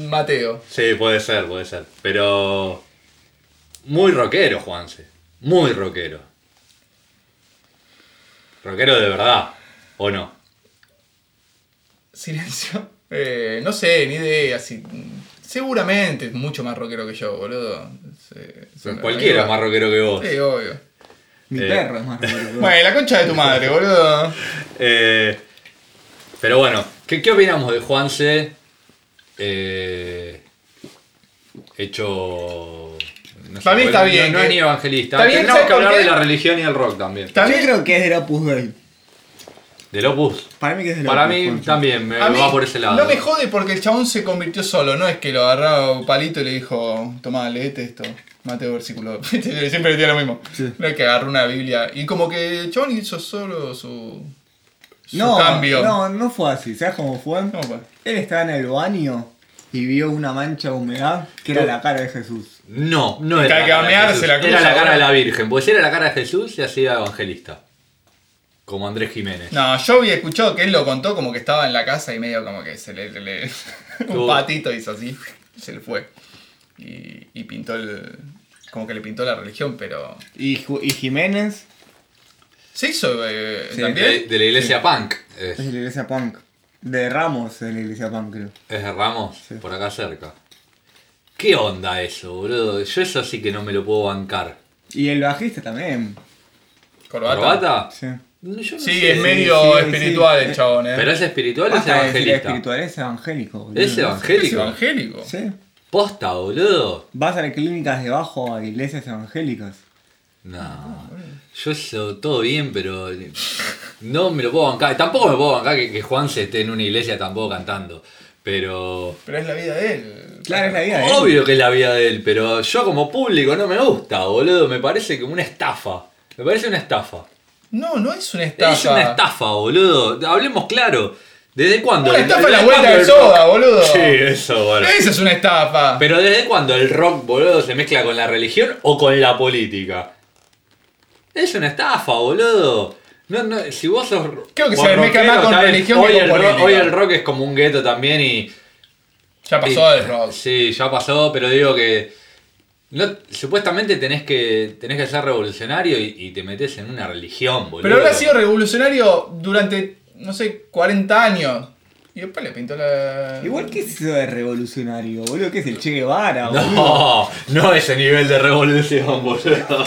Mateo. Sí, puede ser, puede ser. Pero. Muy rockero, Juanse. Muy rockero. Rockero de verdad, ¿o no? Silencio. Eh, no sé, ni idea. Si, seguramente es mucho más rockero que yo, boludo. Se- se me- Cualquiera es más rockero que vos. Sí, obvio. Mi Eh. perro es más rockero. Bueno, la concha de tu madre, boludo. Eh, pero bueno, ¿qué, qué opinamos de Juanse? eh, hecho. no sé, Para mí está no- bien, No, que- es ni evangelista. está bien, Tendríamos ¿sabes que por hablar qué? de la religión y el rock también. Yo También- creo que es del Opus Dei. Del Opus. Para mí que es del Para Opus mí Juanse. también me A mí Eh, va por ese lado. No me jode porque el chabón se convirtió solo, no es que lo agarraba un palito y le dijo, tomá, leete esto, Mateo versículo. Siempre le tira lo mismo. Sí. No es que agarró una Biblia. Y como que el chabón hizo solo su, su No, cambio. no, no fue así. ¿Sabes cómo fue? ¿Cómo fue? Él estaba en el baño y vio una mancha de humedad que era la cara de Jesús. No, no Y era. cada que va a de mear, Jesús, se la era cruza, la cara ¿verdad? de la Virgen. Pues si era la cara de Jesús, se hacía evangelista. Como Andrés Jiménez. No, yo había escuchado que él lo contó como que estaba en la casa y medio como que se le. le- un Tuvo- patito hizo así, se le fue. Y, y pintó el. Como que le pintó la religión, pero. Y, Ju- y Jiménez ¿Se hizo eh, Sí, De, también? de la iglesia punk. Es, es de la iglesia punk. De Ramos en la iglesia punk, creo. Es de Ramos, por acá cerca. ¿Qué onda eso, boludo? Yo eso sí que no me lo puedo bancar. Y el bajista también. ¿Corbata? ¿Corbata? Sí. No, yo no Sí, sé. es medio sí, sí. espiritual el chabón, ¿eh? ¿Pero es espiritual o es Basta de decir evangelista? espiritual, es evangélico. boludo. Es es evangélico. evangélico. Sí. Posta, boludo. Vas a las clínicas de bajo a iglesias evangélicas. No. Yo eso todo bien, pero no me lo puedo bancar. Tampoco me puedo bancar que, que Juan se esté en una iglesia tampoco cantando. Pero. Pero es la vida de él. Claro, es la vida de él. Obvio que es la vida de él, pero yo como público no me gusta, boludo. Me parece como una estafa. Me parece una estafa. No, no es una estafa. Es una estafa, boludo. Hablemos claro. ¿Desde cuándo? Una el- el- estafa es la el vuelta cambio del del rock- soda, boludo. Sí, eso, bueno. Esa es una estafa. Pero ¿desde cuándo el rock, boludo, se mezcla con la religión o con la política? Es una estafa, boludo. No, no, si vos sos. Creo que vos se mezcla rockero, más con está bien. religión que hoy con el rock- política. hoy el rock es como un gueto también y. Ya pasó Sí, el rock. Sí, ya pasó, pero digo que. no- supuestamente tenés que, tenés que ser revolucionario y, y te metes en una religión, boludo. Pero habrá sido revolucionario durante, no sé, 40 años. Y después le pintó la. Igual, ¿qué es eso de revolucionario, boludo? ¿Qué es el Che Guevara, boludo? No, no ese nivel de revolución, boludo.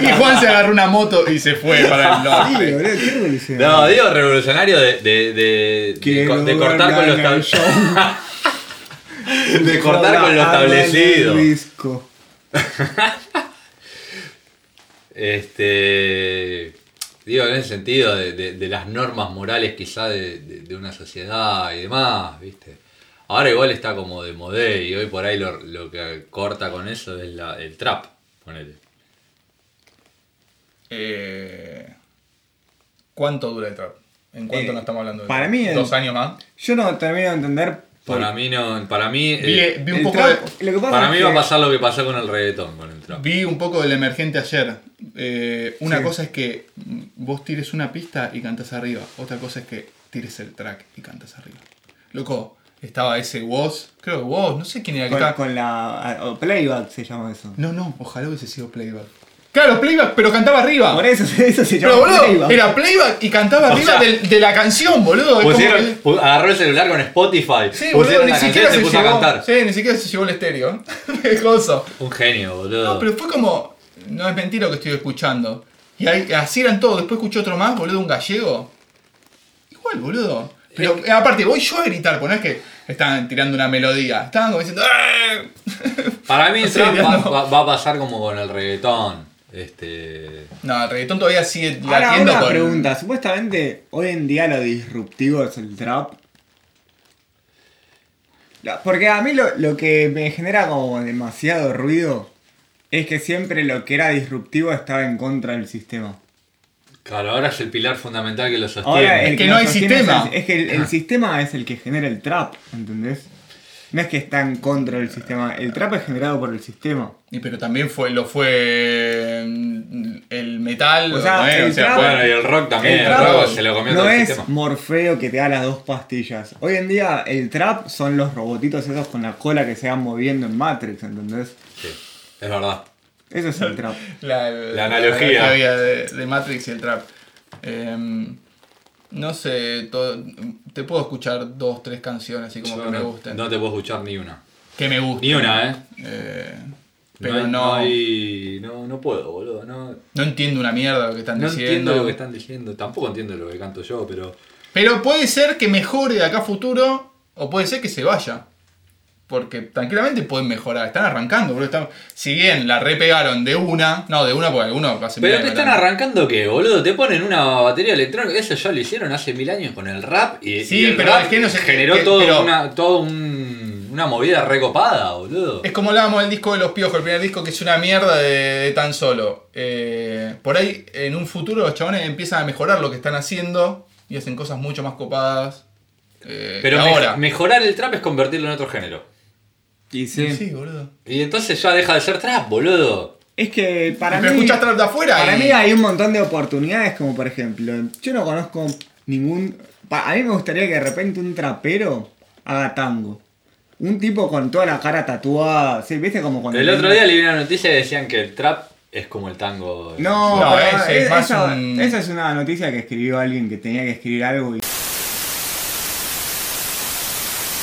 Y Juan se agarró una moto y se fue para el Sí, norte. boludo, ¿qué revolucionario? No, digo revolucionario de, de, de, de, co- de cortar con lo gobiernan el establecido. show. De cortar con lo Abran el establecido. disco. Este. Digo, en el sentido de, de- de las normas morales quizá de, de- de una sociedad y demás, ¿viste? Ahora igual está como de modé y hoy por ahí lo, lo que corta con eso es la- el trap, ponele. Eh, ¿Cuánto dura el trap? ¿En cuánto Eh, no estamos hablando? de para trap? mí el- ¿Dos años más? Yo no termino de entender. por- Para mí no, para mí... Vi, eh, vi un el poco trap- de- lo que pasa para es mí que- va a pasar lo que pasó con el reggaetón, con el trap. Vi un poco del emergente ayer. Eh, una Sí. cosa es que mm, vos tires una pista y cantas arriba. Otra cosa es que tires el track y cantas arriba. Loco, Estaba ese Woz, creo que Woz, no sé quién era que Con, estaba. con la. ah, oh, playback se llama eso. No, no, ojalá hubiese sido playback. Claro, playback, pero cantaba Ah. arriba. Por eso, eso se llama Pero boludo, playback. era playback y cantaba O arriba sea, del- de, la canción, boludo. Es como Pusieron, que- pu- agarró el celular con Spotify. Sí, boludo, pusieron ni la siquiera canción se y se puso a llevó. cantar. Sí, ni siquiera se llevó el estéreo. Qué gozo. Un genio, boludo. No, pero fue como. No es mentira lo que estoy escuchando. Y ahí- así eran todos. Después escuché otro más, boludo, un gallego. Igual, boludo. Pero eh, aparte, voy yo a gritar, pues no es que estaban tirando una melodía. Estaban como diciendo. "¡Ah!". Para mí, Sí, Trump va, no. va- va a pasar como con el reggaetón. Este. No, el reggaetón todavía sigue Ahora, latiendo una con. pregunta. Supuestamente hoy en día lo disruptivo es el trap. La- Porque a mí lo, lo que me genera como demasiado ruido es que siempre lo que era disruptivo estaba en contra del sistema. Claro, ahora es el pilar fundamental que lo sostiene. Ahora, el que no lo hay sostiene sistema. Es el, es que el, el sistema es el que genera el trap, ¿entendés? No es que está en contra del sistema. El trap es generado por el sistema. Y pero también fue, lo fue mm, el metal, O sea, no era, el trap- Bueno, y el rock también. El El, trap rock se lo comió No todo el es sistema. Morfeo que te da las dos pastillas. Hoy en día el trap son los robotitos esos con la cola que se van moviendo en Matrix, ¿entendés? Sí, es verdad. Eso es el trap. la, La analogía. la analogía de, de Matrix y el trap. Em, no sé, to- te puedo escuchar dos, tres canciones así como Yo que me no, gusten. no te puedo escuchar ni una. que me gusten. Ni una, ¿eh? Eh, No pero hay- no, no, No, hay- no, no puedo, boludo. No, entiendo una mierda lo que están no diciendo. entiendo lo que están diciendo. Tampoco entiendo lo que canto yo, pero. Pero puede ser que mejore de acá a futuro o puede ser que se vaya. Porque tranquilamente pueden mejorar. Están arrancando, bro. Están- Si bien la repegaron de una, no, de una porque alguno hace mil Pero te años están que no. arrancando qué, boludo. Te ponen una batería electrónica. Eso ya lo hicieron hace mil años con el rap. Y, Sí, y el pero rap es que no sé- generó que- todo pero- una, todo un- una movida recopada, boludo. Es como hablábamos del disco de los piojos, el primer disco que es una mierda de, de tan solo. Eh, por ahí, en un futuro, los chabones empiezan a mejorar lo que están haciendo y hacen cosas mucho más copadas. eh, Pero que me- ahora. mejorar el trap es convertirlo en otro género. Y Sí, sí, boludo. Y entonces ya deja de ser trap, boludo. Es que para Pero mí. escuchás trap de afuera Para y- mí hay un montón de oportunidades, como por ejemplo, yo no conozco ningún. pa- A mí me gustaría que de repente un trapero haga tango. Un tipo con toda la cara tatuada. ¿sí? ¿Viste como cuando. El otro día leí una noticia y decían que el trap es como el tango. No, No, pero ese es es- más esa, un- esa es una noticia que escribió alguien que tenía que escribir algo y